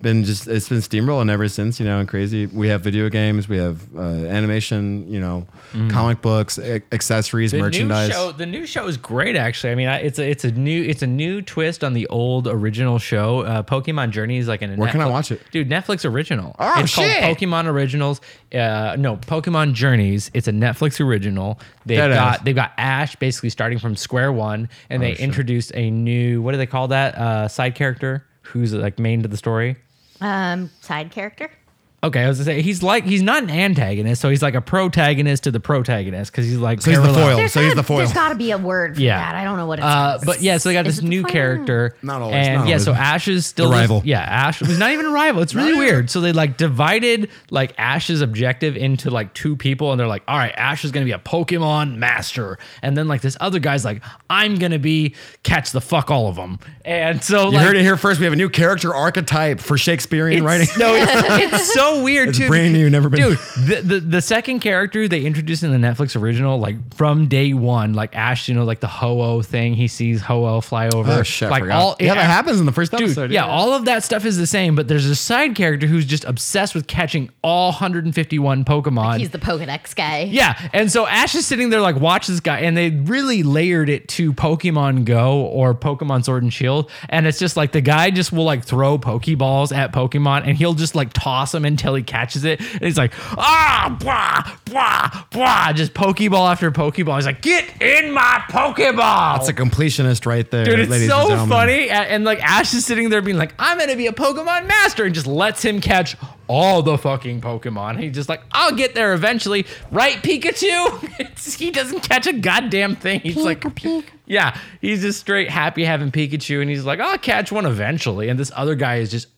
[SPEAKER 4] been just it's been steamrolling ever since, you know, and crazy. We have video games, we have uh, animation, you know, comic books, a- accessories,
[SPEAKER 2] Mm. The
[SPEAKER 4] merchandise.
[SPEAKER 2] New show, the new show is great, actually. I mean, I, it's a it's a new it's a new twist on the old original show. Uh, Pokemon Journey is like an.
[SPEAKER 4] Where can I
[SPEAKER 2] Netflix-
[SPEAKER 4] watch it?
[SPEAKER 2] dude? Netflix original.
[SPEAKER 4] Oh,
[SPEAKER 2] it's
[SPEAKER 4] shit.
[SPEAKER 2] called Pokemon Originals. Uh, no, Pokemon Journeys. It's a Netflix original. They've
[SPEAKER 4] Deadass. Oh,
[SPEAKER 2] got they've got Ash basically starting from square one, and they introduced a new what do they call that uh, side character who's like main to the story.
[SPEAKER 3] Um, side character.
[SPEAKER 2] Okay, I was gonna say he's like he's not an antagonist, so he's like a protagonist to the protagonist because he's like
[SPEAKER 4] So he's the
[SPEAKER 2] parallel.
[SPEAKER 4] foil. so he's the foil.
[SPEAKER 3] There's got to be a word for
[SPEAKER 2] Yeah.
[SPEAKER 3] that. I don't know what it's
[SPEAKER 2] Uh, but yeah, so they got
[SPEAKER 3] Is
[SPEAKER 2] this
[SPEAKER 3] it the
[SPEAKER 2] new
[SPEAKER 3] final?
[SPEAKER 2] character.
[SPEAKER 4] Not always,
[SPEAKER 2] And
[SPEAKER 4] not
[SPEAKER 2] yeah, so
[SPEAKER 4] always.
[SPEAKER 2] Ash is still
[SPEAKER 4] A
[SPEAKER 2] this-
[SPEAKER 4] rival.
[SPEAKER 2] Yeah, Ash was not even a rival. It's really weird. So they like divided like Ash's objective into like two people, and they're like, all right, Ash is gonna be a Pokemon master, and then like this other guy's like, I'm gonna be catch the fuck all of them. And so
[SPEAKER 4] you
[SPEAKER 2] like,
[SPEAKER 4] heard it here first. We have a new character archetype for Shakespearean
[SPEAKER 2] it's-
[SPEAKER 4] writing.
[SPEAKER 2] No, it's, it's so weird
[SPEAKER 4] It's
[SPEAKER 2] too.
[SPEAKER 4] brand new, never been-
[SPEAKER 2] Dude, the, the the second character they introduced in the Netflix original, like from day one, like Ash, you know, like the Ho-Oh thing, he sees Ho-Oh fly over.
[SPEAKER 4] Oh shit! I
[SPEAKER 2] like
[SPEAKER 4] forgot. yeah, that happens in the first
[SPEAKER 2] Dude,
[SPEAKER 4] episode.
[SPEAKER 2] yeah, all of that stuff is the same, but there's a side character who's just obsessed with catching all 151 Pokemon.
[SPEAKER 3] He's the Pokedex guy.
[SPEAKER 2] Yeah. And so Ash is sitting there like, watch this guy. And they really layered it to Pokemon Go or Pokemon Sword and Shield. And it's just like the guy just will like throw Pokeballs at Pokemon and he'll just like toss them until he catches it. And he's like, ah, blah, blah, blah. Just Pokeball after Pokeball. He's like, get in my Pokeball.
[SPEAKER 4] That's a completionist right there,
[SPEAKER 2] Dude, it's
[SPEAKER 4] ladies and
[SPEAKER 2] so
[SPEAKER 4] gentlemen.
[SPEAKER 2] funny. A- And, like Ash is sitting there being like, I'm gonna be a Pokemon master, and just lets him catch all the fucking Pokemon. And he's just like, I'll get there eventually, right, Pikachu? It's- he doesn't catch a goddamn thing. He's like Yeah. He's just straight happy having Pikachu, and he's like, I'll catch one eventually. And this other guy is just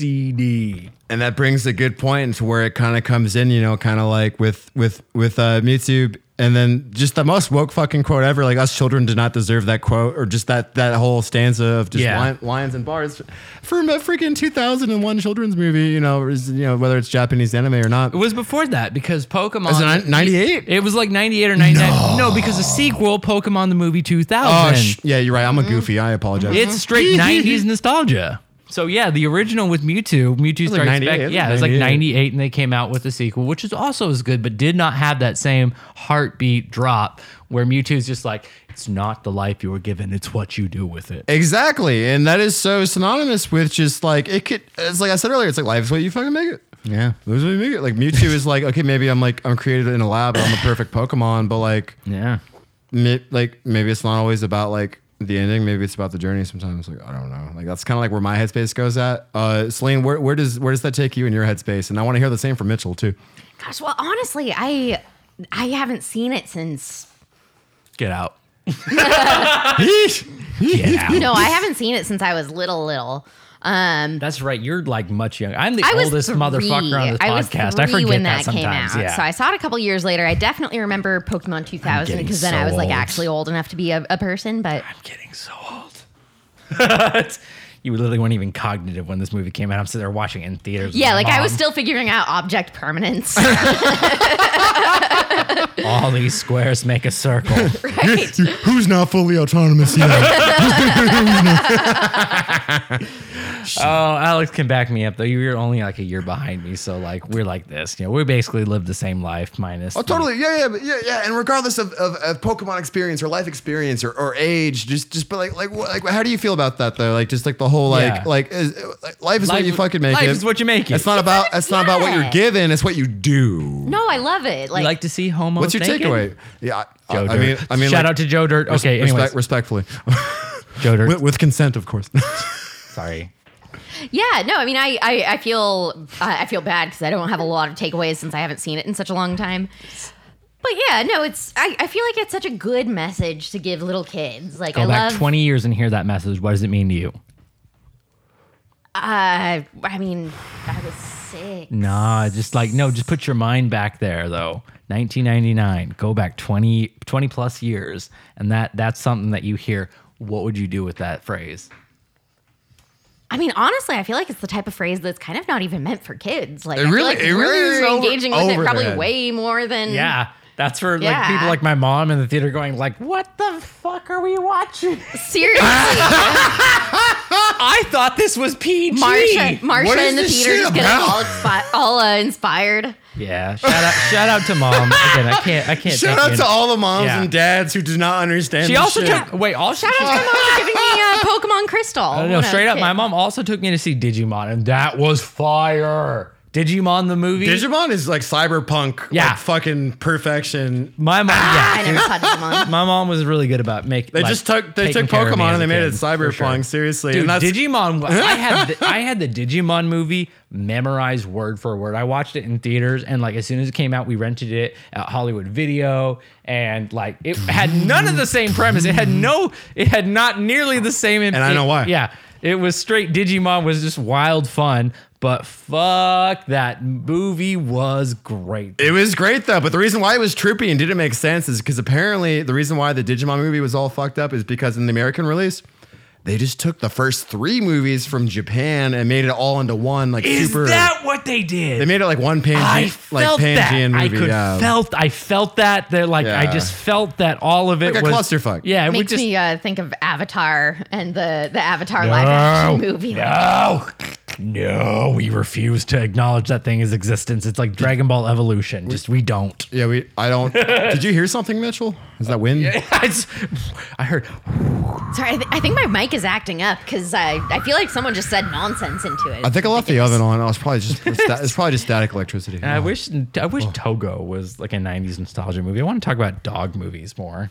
[SPEAKER 2] OCD.
[SPEAKER 4] And that brings a good point to where it kind of comes in, you know, kind of like with with with uh, Mewtwo, and then just the most woke fucking quote ever. Like us children do not deserve that quote, or just that that whole stanza of just
[SPEAKER 2] Yeah.
[SPEAKER 4] lion, lions and bars from a freaking 2001 children's movie. You know, is- you know whether it's Japanese anime or not.
[SPEAKER 2] It was before that because Pokemon
[SPEAKER 4] Was it ni- 98?
[SPEAKER 2] It was like 98 or 99. No, because the sequel, Pokemon the movie 2000.
[SPEAKER 4] Oh, sh- yeah, you're right. I'm a goofy. I apologize.
[SPEAKER 2] Mm-hmm. It's straight '90s nostalgia. Mm-hmm. So yeah, the original with Mewtwo, Mewtwo
[SPEAKER 4] like
[SPEAKER 2] Strikes
[SPEAKER 4] 98,
[SPEAKER 2] Back. Yeah, it was like '98, and they came out with the sequel, which is also as good, but did not have that same heartbeat drop where Mewtwo's just like, "It's not the life you were given; it's what you do with it."
[SPEAKER 4] exactly, and that is so synonymous with just like it could. It's like I said earlier. It's like life is what you fucking make it.
[SPEAKER 2] Yeah,
[SPEAKER 4] Those are make it. Like Mewtwo is like okay, maybe I'm like I'm created in a lab. I'm the perfect Pokemon, but like
[SPEAKER 2] yeah.
[SPEAKER 4] ma- like maybe it's not always about like the ending. Maybe it's about the journey. Sometimes like I don't know. Like that's kind of like where my headspace goes at. Uh, Celine, where where does where does that take you in your headspace? And I want to hear the same from Mitchell too.
[SPEAKER 3] Gosh, well, honestly, I I haven't seen it since.
[SPEAKER 2] Get out.
[SPEAKER 4] Yeesh.
[SPEAKER 2] Get out.
[SPEAKER 3] No, I haven't seen it since I was little, little. Um,
[SPEAKER 2] That's right. You're like much younger. I'm the
[SPEAKER 3] I was
[SPEAKER 2] oldest
[SPEAKER 3] three.
[SPEAKER 2] motherfucker on this
[SPEAKER 3] I was
[SPEAKER 2] podcast.
[SPEAKER 3] three
[SPEAKER 2] I forget
[SPEAKER 3] when
[SPEAKER 2] that,
[SPEAKER 3] that,
[SPEAKER 2] sometimes.
[SPEAKER 3] came out.
[SPEAKER 2] Yeah.
[SPEAKER 3] So I saw it a couple years later. I definitely remember Pokemon 2000
[SPEAKER 2] getting
[SPEAKER 3] because then I
[SPEAKER 2] so
[SPEAKER 3] was like
[SPEAKER 2] old.
[SPEAKER 3] actually old enough to be a, a person. But
[SPEAKER 2] I'm getting so old. It's- you literally weren't even cognitive when this movie came out. I'm sitting there watching it in theaters. with
[SPEAKER 3] yeah,
[SPEAKER 2] my
[SPEAKER 3] like I was
[SPEAKER 2] mom.
[SPEAKER 3] still figuring out object permanence.
[SPEAKER 2] all these squares make a circle.
[SPEAKER 3] right.
[SPEAKER 4] Who's not fully autonomous yet?
[SPEAKER 2] Oh, Alex can back me up though. You were only like a year behind me, so like we're like this. You know, we basically lived the same life minus.
[SPEAKER 4] oh, totally. Yeah, yeah, but yeah, yeah. And regardless of, of, of Pokemon experience or life experience or, or age, just just but like like what, like how do you feel about that though? Like just like the whole like
[SPEAKER 2] Yeah.
[SPEAKER 4] like, is, like life is
[SPEAKER 2] Life-
[SPEAKER 4] what you fucking make
[SPEAKER 2] life
[SPEAKER 4] it.
[SPEAKER 2] is what you make it.
[SPEAKER 4] It's not about it's not about what
[SPEAKER 3] yeah.
[SPEAKER 4] you're given. It's what you do.
[SPEAKER 3] No, I love it.
[SPEAKER 2] You
[SPEAKER 3] Like,
[SPEAKER 2] like to see homo.
[SPEAKER 4] What's your
[SPEAKER 2] naked?
[SPEAKER 4] takeaway? Yeah, I,
[SPEAKER 2] Joe
[SPEAKER 4] I
[SPEAKER 2] Dirt.
[SPEAKER 4] mean, I mean,
[SPEAKER 2] shout
[SPEAKER 4] like,
[SPEAKER 2] out to Joe Dirt. Okay,
[SPEAKER 4] respect-
[SPEAKER 2] anyways,
[SPEAKER 4] respectfully,
[SPEAKER 2] Joe Dirt.
[SPEAKER 4] with, with consent, of course.
[SPEAKER 2] Sorry.
[SPEAKER 3] yeah, no, I mean, I, I, I feel, uh, I feel bad because I don't have a lot of takeaways since I haven't seen it in such a long time. But yeah, no, it's, I, I feel like it's such a good message to give little kids. Like,
[SPEAKER 2] Go
[SPEAKER 3] I
[SPEAKER 2] back
[SPEAKER 3] love,
[SPEAKER 2] 20 years and hear that message. What does it mean to you?
[SPEAKER 3] uh, I mean, I was sick.
[SPEAKER 2] Nah, just like no, just put your mind back there though. 1999. Go back 20 20 plus years, and that that's something that you hear. What would you do with that phrase?
[SPEAKER 3] I mean, honestly, I feel like it's the type of phrase that's kind of not even meant for kids. Like, I feel
[SPEAKER 4] really-
[SPEAKER 3] like
[SPEAKER 4] it
[SPEAKER 3] we're
[SPEAKER 4] really is over-
[SPEAKER 3] engaging with it probably
[SPEAKER 4] overhead.
[SPEAKER 3] way more than
[SPEAKER 2] Yeah. That's for like
[SPEAKER 3] Mm-hmm. Yeah.
[SPEAKER 2] people like my mom in the theater going like, "What the fuck are we watching?"
[SPEAKER 3] seriously.
[SPEAKER 4] Ah,
[SPEAKER 2] I thought this was PG.
[SPEAKER 3] Marsha,
[SPEAKER 4] what
[SPEAKER 3] Marsha
[SPEAKER 4] is
[SPEAKER 3] in the
[SPEAKER 4] this
[SPEAKER 3] theater
[SPEAKER 4] shit
[SPEAKER 3] is getting
[SPEAKER 4] about?
[SPEAKER 3] all, expi- all uh, inspired.
[SPEAKER 2] Yeah. Shout out, shout out to mom again. I can't. I can't.
[SPEAKER 4] Shout
[SPEAKER 2] thank
[SPEAKER 4] out
[SPEAKER 2] you
[SPEAKER 4] to all the moms
[SPEAKER 2] Yeah.
[SPEAKER 4] and dads who do not understand.
[SPEAKER 2] She
[SPEAKER 4] this
[SPEAKER 2] also
[SPEAKER 4] shit.
[SPEAKER 2] took. Wait. All shout
[SPEAKER 3] Shout out to my mom for giving me uh, Pokemon Crystal.
[SPEAKER 2] I
[SPEAKER 3] when
[SPEAKER 2] know.
[SPEAKER 3] was
[SPEAKER 2] Straight
[SPEAKER 3] a
[SPEAKER 2] up,
[SPEAKER 3] kid.
[SPEAKER 2] my mom also took me to see Digimon, and that was fire. Digimon the movie.
[SPEAKER 4] Digimon is like cyberpunk,
[SPEAKER 2] Yeah.
[SPEAKER 4] like fucking perfection.
[SPEAKER 2] my mom.
[SPEAKER 3] I
[SPEAKER 2] Yeah.
[SPEAKER 3] never saw Digimon.
[SPEAKER 2] My mom was really good about making.
[SPEAKER 4] They just took they took Pokemon and they made it cyberpunk. Seriously,
[SPEAKER 2] Dude,
[SPEAKER 4] and that's
[SPEAKER 2] Digimon. I had the, I had the Digimon movie memorized word for word. I watched it in theaters, and like as soon as it came out, we rented it at Hollywood Video, and like it had none of the same premise. It had no. It had not nearly the same.
[SPEAKER 4] And I know why.
[SPEAKER 2] Yeah, it was straight. Digimon was just wild fun, but fuck that movie was great.
[SPEAKER 4] It was great though, but the reason why it was trippy and didn't make sense is because apparently the reason why the Digimon movie was all fucked up is because in the American release, they just took the first three movies from Japan and made it all into one like
[SPEAKER 2] Is
[SPEAKER 4] super.
[SPEAKER 2] that what they did?
[SPEAKER 4] they made it like one Pange-
[SPEAKER 2] I
[SPEAKER 4] like
[SPEAKER 2] felt that.
[SPEAKER 4] Pangean
[SPEAKER 2] I
[SPEAKER 4] movie.
[SPEAKER 2] could
[SPEAKER 4] yeah.
[SPEAKER 2] felt. I felt that. They're like. I
[SPEAKER 4] Yeah.
[SPEAKER 2] just felt that all of it
[SPEAKER 4] Like a
[SPEAKER 2] was
[SPEAKER 4] clusterfuck.
[SPEAKER 2] Yeah, it would
[SPEAKER 3] Makes
[SPEAKER 2] just.
[SPEAKER 3] me uh, think of Avatar and the, the Avatar live action movie.
[SPEAKER 2] no, no, we refuse to acknowledge that thing as existence. It's like Dragon Ball Evolution. Just we don't.
[SPEAKER 4] Yeah, we. I don't. did you hear something, Mitchell? Is that wind?
[SPEAKER 2] I just- I heard.
[SPEAKER 3] Sorry, I, th- I think my mic is acting up because I, I feel like someone just said nonsense into it.
[SPEAKER 4] I think I left the oven on. I was probably just. It's, sta- it's probably just static electricity.
[SPEAKER 2] I wish. I wish Togo was like a '90s nostalgia movie. I want to talk about dog movies more.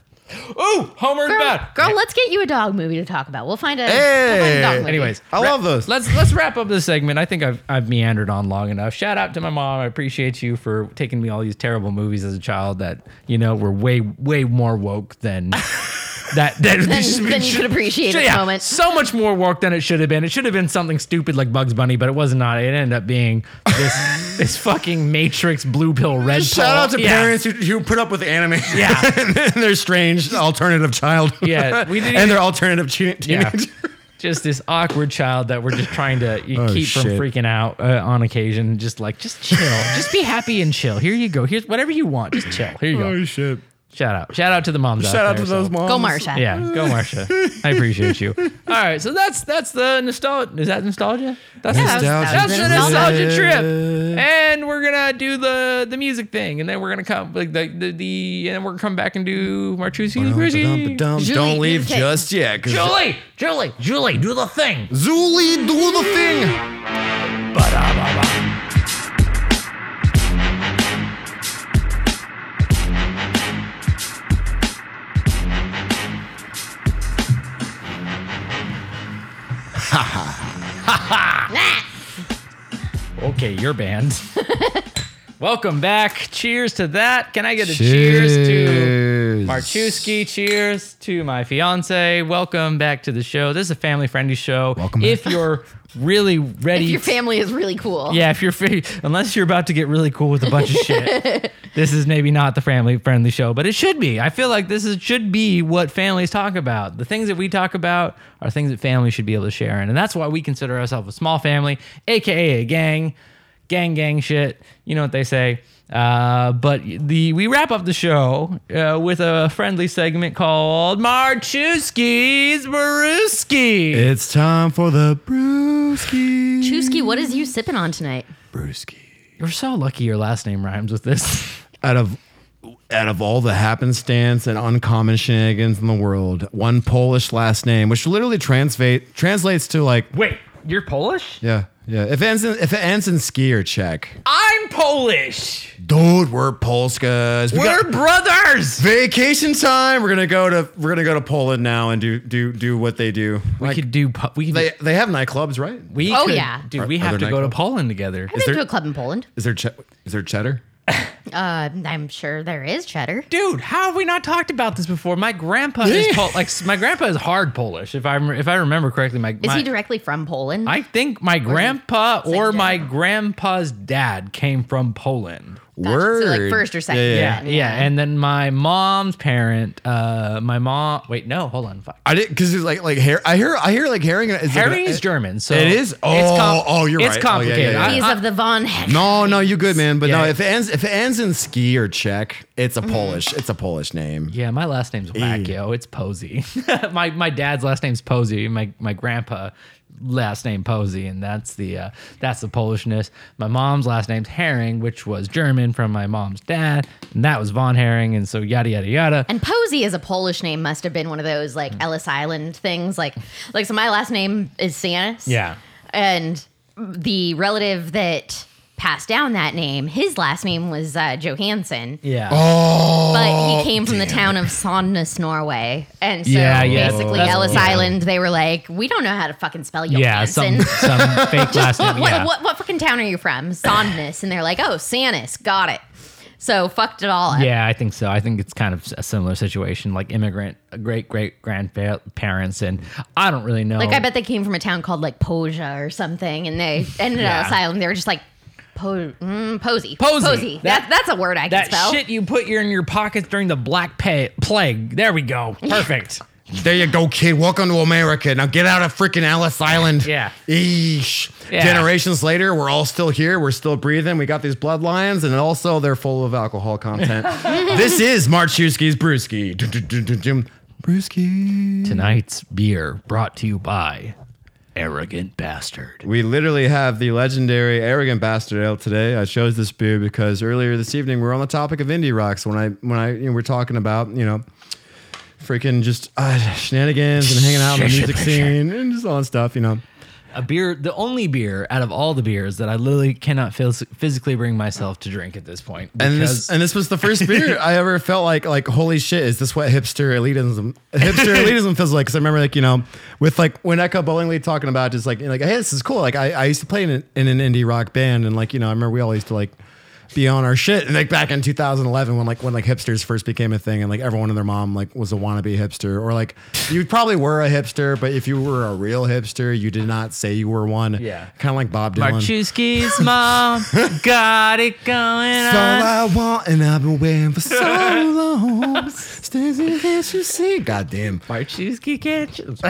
[SPEAKER 2] Ooh, Homer's
[SPEAKER 3] girl,
[SPEAKER 2] back.
[SPEAKER 3] girl let's get you a dog movie to talk about. We'll find a, we'll find a
[SPEAKER 4] Hey!
[SPEAKER 3] dog movie.
[SPEAKER 2] Anyways,
[SPEAKER 4] I love those.
[SPEAKER 2] Let's let's wrap up this segment. I think I've I've meandered on long enough. Shout out to my mom. I appreciate you for taking me all these terrible movies as a child that you know were way way more woke than that. that
[SPEAKER 3] then, then you could appreciate this moment.
[SPEAKER 2] So much more woke than it should have been. It should have been something stupid like Bugs Bunny, but it was not. It ended up being this this fucking Matrix blue pill red
[SPEAKER 4] Shout
[SPEAKER 2] pill.
[SPEAKER 4] out to
[SPEAKER 2] Yeah.
[SPEAKER 4] parents who, who put up with anime.
[SPEAKER 2] Yeah.
[SPEAKER 4] and their strange alternative child.
[SPEAKER 2] Yeah, we didn't
[SPEAKER 4] we did.
[SPEAKER 2] even-
[SPEAKER 4] And their alternative teen-
[SPEAKER 2] Yeah.
[SPEAKER 4] teenager.
[SPEAKER 2] just this awkward child that we're just trying to you
[SPEAKER 4] Oh,
[SPEAKER 2] keep from
[SPEAKER 4] shit.
[SPEAKER 2] freaking out uh, on occasion. Just like, just chill. just be happy and chill. Here you go. Here's whatever you want. Just chill. Here you go.
[SPEAKER 4] shit!
[SPEAKER 2] Shout out. Shout out to the moms.
[SPEAKER 4] Shout out to those
[SPEAKER 2] moms.
[SPEAKER 4] moms.
[SPEAKER 3] Go, Marsha.
[SPEAKER 2] Yeah, go Marsha. I appreciate you. All right, so that's that's the nostalgia. Is that nostalgia? That's
[SPEAKER 3] Yeah, that was- that
[SPEAKER 2] that's
[SPEAKER 3] was
[SPEAKER 2] the
[SPEAKER 3] nostalgia.
[SPEAKER 2] nostalgia trip. And we're gonna do the the music thing, and then we're gonna come like the the, the and then we're gonna come back and do Marchucci. Marchucci.
[SPEAKER 4] Dum-ba-dum-ba-dum.
[SPEAKER 3] Julie,
[SPEAKER 4] Don't leave
[SPEAKER 3] okay.
[SPEAKER 4] just yet. 'cause-
[SPEAKER 2] Julie, Julie, Julie, do the thing.
[SPEAKER 4] Julie, do the thing.
[SPEAKER 2] Okay, your band. Welcome back. Cheers to that. Can I get a cheers, to
[SPEAKER 4] Cheers.
[SPEAKER 2] Marchewski, cheers to my fiance. Welcome back to the show. This is a family friendly show.
[SPEAKER 4] Welcome
[SPEAKER 2] If
[SPEAKER 4] back.
[SPEAKER 2] you're really ready,
[SPEAKER 3] If your family is really cool.
[SPEAKER 2] yeah, if you're fa- unless you're about to get really cool with a bunch of shit, this is maybe not the family friendly show, but it should be. I feel like this is, should be what families talk about. The things that we talk about are things that families should be able to share in, and that's why we consider ourselves a small family, aka a gang, gang, gang shit. You know what they say. Uh, but the we wrap up the show uh, with a friendly segment called Marchewski's Brewski.
[SPEAKER 4] It's time for the brewski.
[SPEAKER 3] Chusky, what is you sipping on tonight?
[SPEAKER 4] Brewski.
[SPEAKER 2] You're so lucky your last name rhymes with this.
[SPEAKER 4] Out of out of all the happenstance and uncommon shenanigans in the world, one Polish last name, which literally translate translates to like
[SPEAKER 2] Wait, you're Polish?
[SPEAKER 4] yeah yeah. If it ends in, if it ends in ski or Czech,
[SPEAKER 2] I'm Polish.
[SPEAKER 4] dude, we're Polskas. We
[SPEAKER 2] We're
[SPEAKER 4] got-
[SPEAKER 2] brothers.
[SPEAKER 4] Vacation time. We're gonna go to we're gonna go to Poland now and do do do what they do.
[SPEAKER 2] We
[SPEAKER 4] Like,
[SPEAKER 2] could do. pu- We could.
[SPEAKER 4] they they have nightclubs, right?
[SPEAKER 2] we
[SPEAKER 3] Oh,
[SPEAKER 2] could-
[SPEAKER 3] yeah.
[SPEAKER 2] dude. We
[SPEAKER 4] Are- are
[SPEAKER 2] have to
[SPEAKER 4] there
[SPEAKER 2] go to
[SPEAKER 4] nightclubs?
[SPEAKER 2] Poland together.
[SPEAKER 3] I've been
[SPEAKER 4] there-
[SPEAKER 3] to a club in Poland.
[SPEAKER 4] Is there che- is there cheddar?
[SPEAKER 3] Uh, I'm sure there is cheddar.
[SPEAKER 2] Dude, how have we not talked about this before? My grandpa is
[SPEAKER 4] Yeah.
[SPEAKER 2] Pol- like s- my grandpa is hard Polish. If I rem- if I remember correctly, my,
[SPEAKER 3] Is
[SPEAKER 2] my-
[SPEAKER 3] he directly from Poland?
[SPEAKER 2] I think my grandpa
[SPEAKER 3] second
[SPEAKER 2] or my
[SPEAKER 3] gen?
[SPEAKER 2] grandpa's dad came from Poland.
[SPEAKER 3] Gotcha. So, like, first or second
[SPEAKER 4] Yeah, yeah.
[SPEAKER 2] Yeah, yeah, and then my mom's parent, uh, my mom. Wait, no, hold on, fuck.
[SPEAKER 4] I didn't because it's like like hair. I hear I hear like herring. Is
[SPEAKER 2] Harry
[SPEAKER 4] it,
[SPEAKER 2] is German, so
[SPEAKER 4] It is. Oh, oh, you're
[SPEAKER 2] it's
[SPEAKER 4] right. Oh, yeah, yeah,
[SPEAKER 2] complicated.
[SPEAKER 4] yeah.
[SPEAKER 2] I-
[SPEAKER 3] He's
[SPEAKER 2] I-
[SPEAKER 3] of the Von Heck.
[SPEAKER 4] No, no, you good man. But
[SPEAKER 2] Yeah.
[SPEAKER 4] no, if it ends if it ends in ski or Czech, it's
[SPEAKER 3] Mm-hmm.
[SPEAKER 4] a Polish. It's a Polish name.
[SPEAKER 2] Yeah, my last name's Whack, yo. It's Posey. my my dad's last name's Posey. My my grandpa last name Posey, and that's the uh, that's the Polishness. My mom's last name's Herring, which was German from my mom's dad, and that was von Herring, and so yada yada yada.
[SPEAKER 3] And Posey is a Polish name. Must have been one of those like Ellis Island things. Like, like so. My last name is Sanis.
[SPEAKER 2] Yeah.
[SPEAKER 3] And the relative that passed down that name, his last name was uh, Johansson,
[SPEAKER 2] Yeah.
[SPEAKER 3] but he came from the town of Sandnes, Norway. And so
[SPEAKER 2] Oh, Yeah, yeah.
[SPEAKER 3] basically,
[SPEAKER 2] That's-
[SPEAKER 3] Ellis
[SPEAKER 2] yeah.
[SPEAKER 3] Island, they were like, we don't know how to fucking spell Johansson.
[SPEAKER 2] yeah, some some fake last name.
[SPEAKER 3] what,
[SPEAKER 2] yeah.
[SPEAKER 3] what, what fucking town are you from? Sandnes. And they're like, oh, Sanis. Got it. So fucked it all up.
[SPEAKER 2] Yeah, I think so. I think it's kind of a similar situation, like immigrant great great grandparents, and I don't really know.
[SPEAKER 3] Like, I bet they came from a town called like Posia or something. And they ended
[SPEAKER 2] Yeah.
[SPEAKER 3] up asylum. They were just like, po- mm, Posey.
[SPEAKER 2] Posey.
[SPEAKER 3] Posey. That,
[SPEAKER 2] That-
[SPEAKER 3] that's a word I can
[SPEAKER 2] That
[SPEAKER 3] spell.
[SPEAKER 2] shit you put your in your pockets during the Black pa- Plague. There we go. Perfect.
[SPEAKER 4] There you go, kid. Welcome to America. Now get out of freaking Ellis Island.
[SPEAKER 2] Yeah.
[SPEAKER 4] Eesh.
[SPEAKER 2] Yeah.
[SPEAKER 4] Generations later, we're all still here. We're still breathing. We got these bloodlines, and also they're full of alcohol content. this is Marchewski's Brewski. Dum, dum, dum, dum, dum. Brewski.
[SPEAKER 2] Tonight's beer brought to you by Arrogant Bastard.
[SPEAKER 4] We literally have the legendary Arrogant Bastard Ale today. I chose this beer because earlier this evening we were on the topic of indie rocks when I when I you know, we're talking about you know freaking just uh, shenanigans and hanging out in the music scene and just all that stuff. You know,
[SPEAKER 2] A beer, the only beer out of all the beers that I literally cannot phys- physically bring myself to drink at this point.
[SPEAKER 4] and
[SPEAKER 2] because-
[SPEAKER 4] this and this was the first beer I ever felt like like holy shit is this what hipster elitism hipster elitism feels like? Because I remember like you know with like when Echo Bowlingley talking about just like you know, like hey this is cool like I, I used to play in an, in an indie rock band and like you know I remember we all used to like be on our shit and like back in 2011 when like when like hipsters first became a thing and like everyone and their mom like was a wannabe hipster or like you probably were a hipster but if you were a real hipster you did not say you were one
[SPEAKER 2] Yeah.
[SPEAKER 4] kind of like Bob Dylan.
[SPEAKER 2] Marchewski's mom got it going
[SPEAKER 4] So
[SPEAKER 2] on.
[SPEAKER 4] I want, and I've been waiting for so long. Stacy, can't you see? Goddamn.
[SPEAKER 2] Marchewski can't you?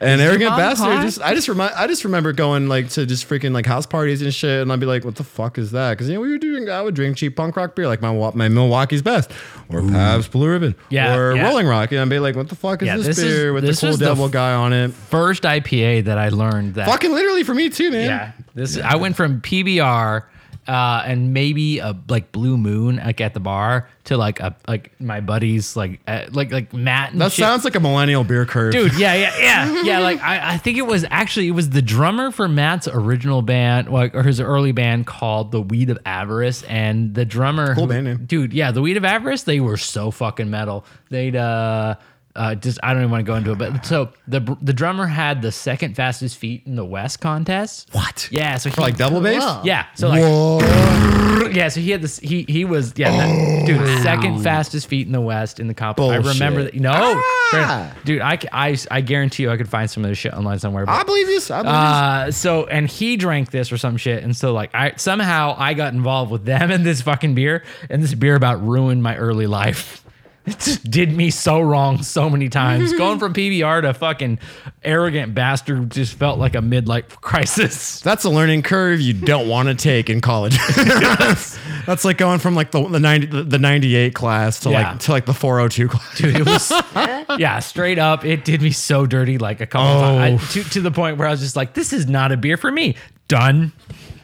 [SPEAKER 4] And arrogant
[SPEAKER 2] mom
[SPEAKER 4] bastard.
[SPEAKER 2] hot?
[SPEAKER 4] Just, I just remind, I just remember going like to just freaking like house parties and shit, and I'd be like, "What the fuck is that?" Because you know we were doing. I would drink cheap punk rock beer, like my Wa- my Milwaukee's best, or Pabst Blue Ribbon,
[SPEAKER 2] Yeah,
[SPEAKER 4] or
[SPEAKER 2] yeah.
[SPEAKER 4] Rolling Rock, and I'd be like, "What the fuck is
[SPEAKER 2] Yeah,
[SPEAKER 4] this,
[SPEAKER 2] this is-
[SPEAKER 4] beer with
[SPEAKER 2] this
[SPEAKER 4] the cool
[SPEAKER 2] is the
[SPEAKER 4] devil
[SPEAKER 2] f-
[SPEAKER 4] guy on it?"
[SPEAKER 2] First IPA that I learned that
[SPEAKER 4] Fucking literally for me too, man.
[SPEAKER 2] Yeah, this I went from PBR uh, and maybe a like Blue Moon like at the bar to like a like my buddies like uh, like like Matt. And
[SPEAKER 4] That
[SPEAKER 2] shit.
[SPEAKER 4] sounds like a millennial beer curve,
[SPEAKER 2] Dude, yeah, yeah, yeah, yeah. Like I, I think it was actually it was the drummer for Matt's original band, like or his early band called the Weed of Avarice, and the drummer,
[SPEAKER 4] Cool
[SPEAKER 2] who-
[SPEAKER 4] band name.
[SPEAKER 2] dude, yeah, the Weed of Avarice. They were so fucking metal. They'd uh, uh, just I don't even want to go into it, but so the the drummer had the second fastest feet in the West contest.
[SPEAKER 4] What?
[SPEAKER 2] Yeah, so he
[SPEAKER 4] For like double bass. Oh.
[SPEAKER 3] Cool.
[SPEAKER 2] yeah, so like
[SPEAKER 4] Whoa.
[SPEAKER 2] yeah, so he had this. He he was yeah, that- dude, second fastest feet in the West in the comp. I remember
[SPEAKER 4] Oh. Bullshit. Ah!
[SPEAKER 2] that. No, dude, I, c- I I guarantee you, I could find some of this shit online somewhere. but-
[SPEAKER 4] I believe you. I believe
[SPEAKER 2] uh, so and he drank this or some shit, and so like I somehow I got involved with them and this fucking beer, and this beer about ruined my early life. It just did me so wrong so many times. Going from PBR to fucking arrogant bastard just felt like a midlife crisis.
[SPEAKER 4] That's a learning curve you don't want to take in college. That's like going from like the, the ninety the, the ninety eight class to
[SPEAKER 2] Yeah.
[SPEAKER 4] like to like the four hundred two class.
[SPEAKER 2] Dude, it was yeah, straight up. It did me so dirty, like a couple
[SPEAKER 4] Oh.
[SPEAKER 2] times I- to, to the point where I was just like, "This is not a beer for me." Done.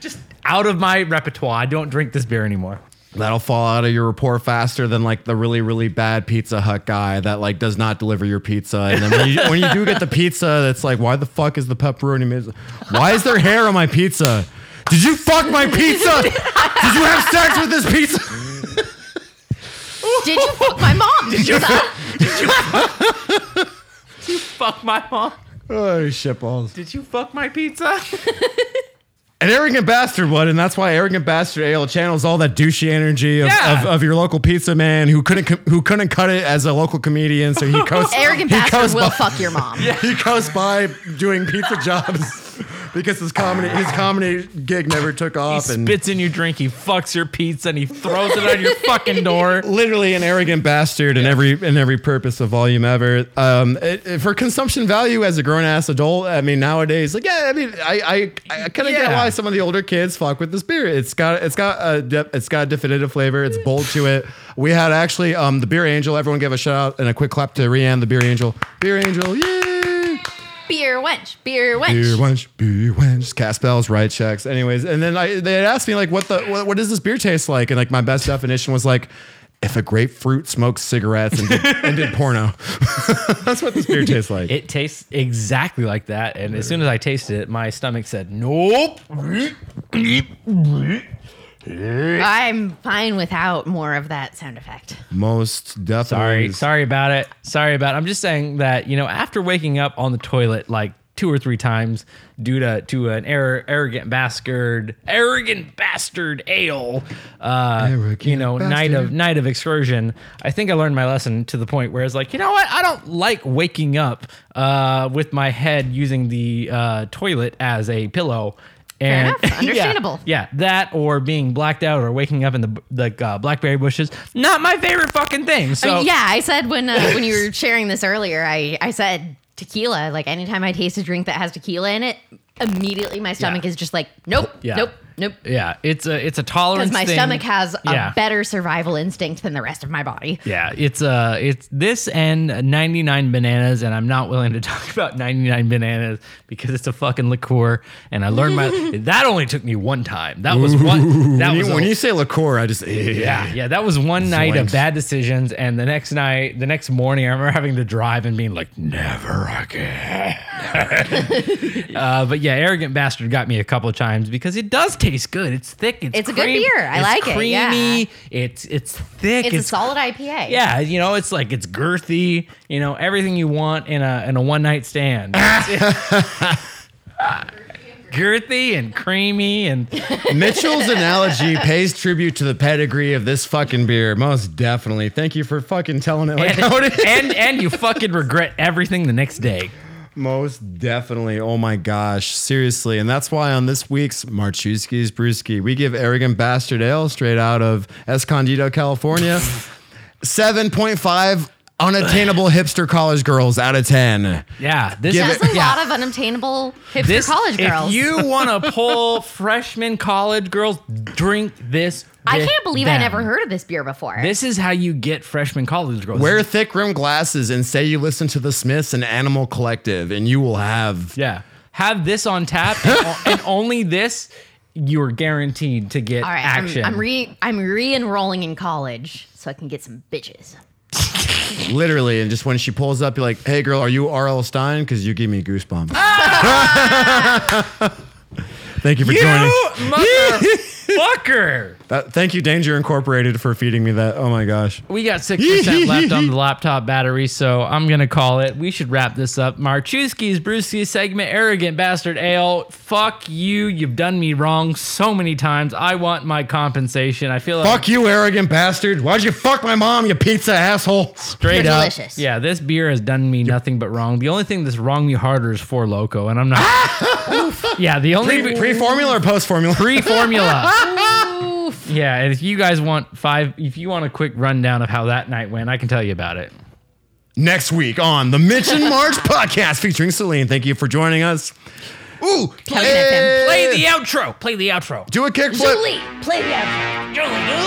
[SPEAKER 2] Just out of my repertoire. I don't drink this beer anymore.
[SPEAKER 4] That'll fall out of your rapport faster than like the really really bad Pizza Hut guy that like does not deliver your pizza. And then when you, when you do get the pizza, it's like, why the fuck is the pepperoni? Mis- why is there hair on my pizza? Did you fuck my pizza? Did you have sex with this pizza?
[SPEAKER 3] Did you fuck my mom? Did you?
[SPEAKER 2] Fuck my mom.
[SPEAKER 4] Oh shitballs!
[SPEAKER 2] Did you fuck my pizza?
[SPEAKER 4] An arrogant bastard would, and that's why arrogant bastard ale channels all that douchey energy of,
[SPEAKER 2] Yeah.
[SPEAKER 4] of, of your local pizza man who couldn't co- who couldn't cut it as a local comedian, so he coast
[SPEAKER 3] Arrogant
[SPEAKER 4] he
[SPEAKER 3] bastard
[SPEAKER 4] coast
[SPEAKER 3] will
[SPEAKER 4] by,
[SPEAKER 3] fuck your mom.
[SPEAKER 4] he coast by doing pizza jobs because his comedy his comedy gig never took
[SPEAKER 2] He
[SPEAKER 4] off. and
[SPEAKER 2] spits in your drink, he fucks your pizza, and he throws it on your fucking door.
[SPEAKER 4] literally an arrogant bastard in every in every purpose of volume ever. Um, it, it- for consumption value as a grown ass adult, I mean nowadays, like yeah, I mean I I, I kind of get
[SPEAKER 2] Yeah.
[SPEAKER 4] why some of the older kids fuck with this beer. It's got it's got a de- it's got a definitive flavor. It's bold to it. We had actually um the beer angel. Everyone give a shout out and a quick clap to Rianne, the beer angel. Beer angel, yay!
[SPEAKER 3] Beer wench. Beer wench.
[SPEAKER 4] Beer wench, beer wench, cast bells, write checks. Anyways, and then I, they had asked me like, what the, what, what does this beer taste like? And like my best definition was like, if a grapefruit smoked cigarettes and did, and did porno, that's what this beer tastes like.
[SPEAKER 2] It tastes exactly like that. And as soon as I tasted it, my stomach said, Nope.
[SPEAKER 3] I'm fine without more of that sound effect.
[SPEAKER 4] Most definitely.
[SPEAKER 2] Sorry. Sorry about it. Sorry about it. I'm just saying that, you know, after waking up on the toilet like two or three times due to, to an error, arrogant bastard, arrogant bastard ale, uh, you
[SPEAKER 4] Arrogant
[SPEAKER 2] know, night of
[SPEAKER 4] bastard.
[SPEAKER 2] night of excursion, I think I learned my lesson to the point where it's like, you know what? I don't like waking up uh, with my head using the uh, toilet as a pillow. And
[SPEAKER 3] enough.
[SPEAKER 2] yeah,
[SPEAKER 3] Understandable.
[SPEAKER 2] Yeah, that or being blacked out or waking up in the like uh, blackberry bushes. Not my favorite fucking thing. So
[SPEAKER 3] I mean, yeah, I said when uh, when you were sharing this earlier, I I said tequila. Like anytime I taste a drink that has tequila in it, immediately my stomach
[SPEAKER 2] Yeah.
[SPEAKER 3] is just like, nope,
[SPEAKER 2] Yeah.
[SPEAKER 3] nope, nope.
[SPEAKER 2] Yeah, it's a it's a
[SPEAKER 3] Because
[SPEAKER 2] tolerance
[SPEAKER 3] my
[SPEAKER 2] thing.
[SPEAKER 3] stomach has a
[SPEAKER 2] Yeah.
[SPEAKER 3] better survival instinct than the rest of my body.
[SPEAKER 2] Yeah, it's uh it's this and 99 bananas and I'm not willing to talk about 99 bananas because it's a fucking liqueur and I learned my that only took me one time. That was one that
[SPEAKER 4] When
[SPEAKER 2] was
[SPEAKER 4] you,
[SPEAKER 2] a-
[SPEAKER 4] when you say liqueur, I just
[SPEAKER 2] yeah, yeah, that was one night of
[SPEAKER 4] Zoinks.
[SPEAKER 2] bad decisions and the next night, the next morning I remember having to drive and being like never again. uh, but yeah, arrogant bastard got me a couple of times because it does taste good. It's thick, it's
[SPEAKER 3] It's a good
[SPEAKER 2] cream-
[SPEAKER 3] beer. I
[SPEAKER 2] it's
[SPEAKER 3] like it,
[SPEAKER 2] creamy,
[SPEAKER 3] yeah.
[SPEAKER 2] It's it's thick.
[SPEAKER 3] It's, a solid IPA.
[SPEAKER 2] Yeah, you know, it's like it's girthy. You know, everything you want in a in a one night stand. girthy and creamy and
[SPEAKER 4] Mitchell's analogy pays tribute to the pedigree of this fucking beer. Most definitely. Thank you for fucking telling it like
[SPEAKER 2] and,
[SPEAKER 4] how it is.
[SPEAKER 2] and and you fucking regret everything the next day.
[SPEAKER 4] Most definitely. Oh my gosh. Seriously. And that's why on this week's Marchewski's Brewski, we give Arrogant Bastard Ale straight out of Escondido, California, 7.5 unattainable hipster college girls out of 10.
[SPEAKER 2] Yeah, this
[SPEAKER 4] Give
[SPEAKER 3] That's
[SPEAKER 4] it-
[SPEAKER 3] a lot of unobtainable hipster
[SPEAKER 2] this
[SPEAKER 3] college girls.
[SPEAKER 2] If you want to pull freshman college girls, drink this.
[SPEAKER 3] I
[SPEAKER 2] with
[SPEAKER 3] can't believe I
[SPEAKER 2] them.
[SPEAKER 3] never heard of this beer before.
[SPEAKER 2] This is how you get freshman college girls.
[SPEAKER 4] Wear thick rimmed glasses and say you listen to the Smiths and Animal Collective, and you will have.
[SPEAKER 2] Yeah. Have this on tap and, and only this, you're guaranteed to get
[SPEAKER 3] All right, I'm-
[SPEAKER 2] action.
[SPEAKER 3] I'm, re I'm re-enrolling in college so I can get some bitches.
[SPEAKER 4] Literally. And just when she pulls up, you're like, hey, girl, are you R.L. Stein? Because you give me goosebumps. Thank you for
[SPEAKER 2] You
[SPEAKER 4] joining.
[SPEAKER 2] motherfucker.
[SPEAKER 4] That, Uh, thank you, Danger Incorporated, for feeding me that. Oh my gosh.
[SPEAKER 2] We got 6% left on the laptop battery, so I'm going to call it. We should wrap this up. Marchewski's Brewski segment, Arrogant Bastard Ale. Fuck you. You've done me wrong so many times. I want my compensation. I feel like
[SPEAKER 4] Fuck you, arrogant bastard. Why'd you fuck my mom, you pizza asshole?
[SPEAKER 2] straight
[SPEAKER 3] They're
[SPEAKER 2] up.
[SPEAKER 3] delicious.
[SPEAKER 2] Yeah, this beer has done me nothing but wrong. The only thing that's wronged me harder is Four Loco, and I'm not. yeah, the only.
[SPEAKER 4] Pre formula or post formula?
[SPEAKER 2] free formula. yeah, and if you guys want five, if you want a quick rundown of how that night went, I can tell you about it.
[SPEAKER 4] Next week on the Mitch and March podcast featuring Celine. Thank you for joining us. Ooh,
[SPEAKER 3] Plug it in,
[SPEAKER 2] Play the outro. Play the outro.
[SPEAKER 4] Do a kickflip.
[SPEAKER 3] Julie, play the outro.
[SPEAKER 2] Julie, do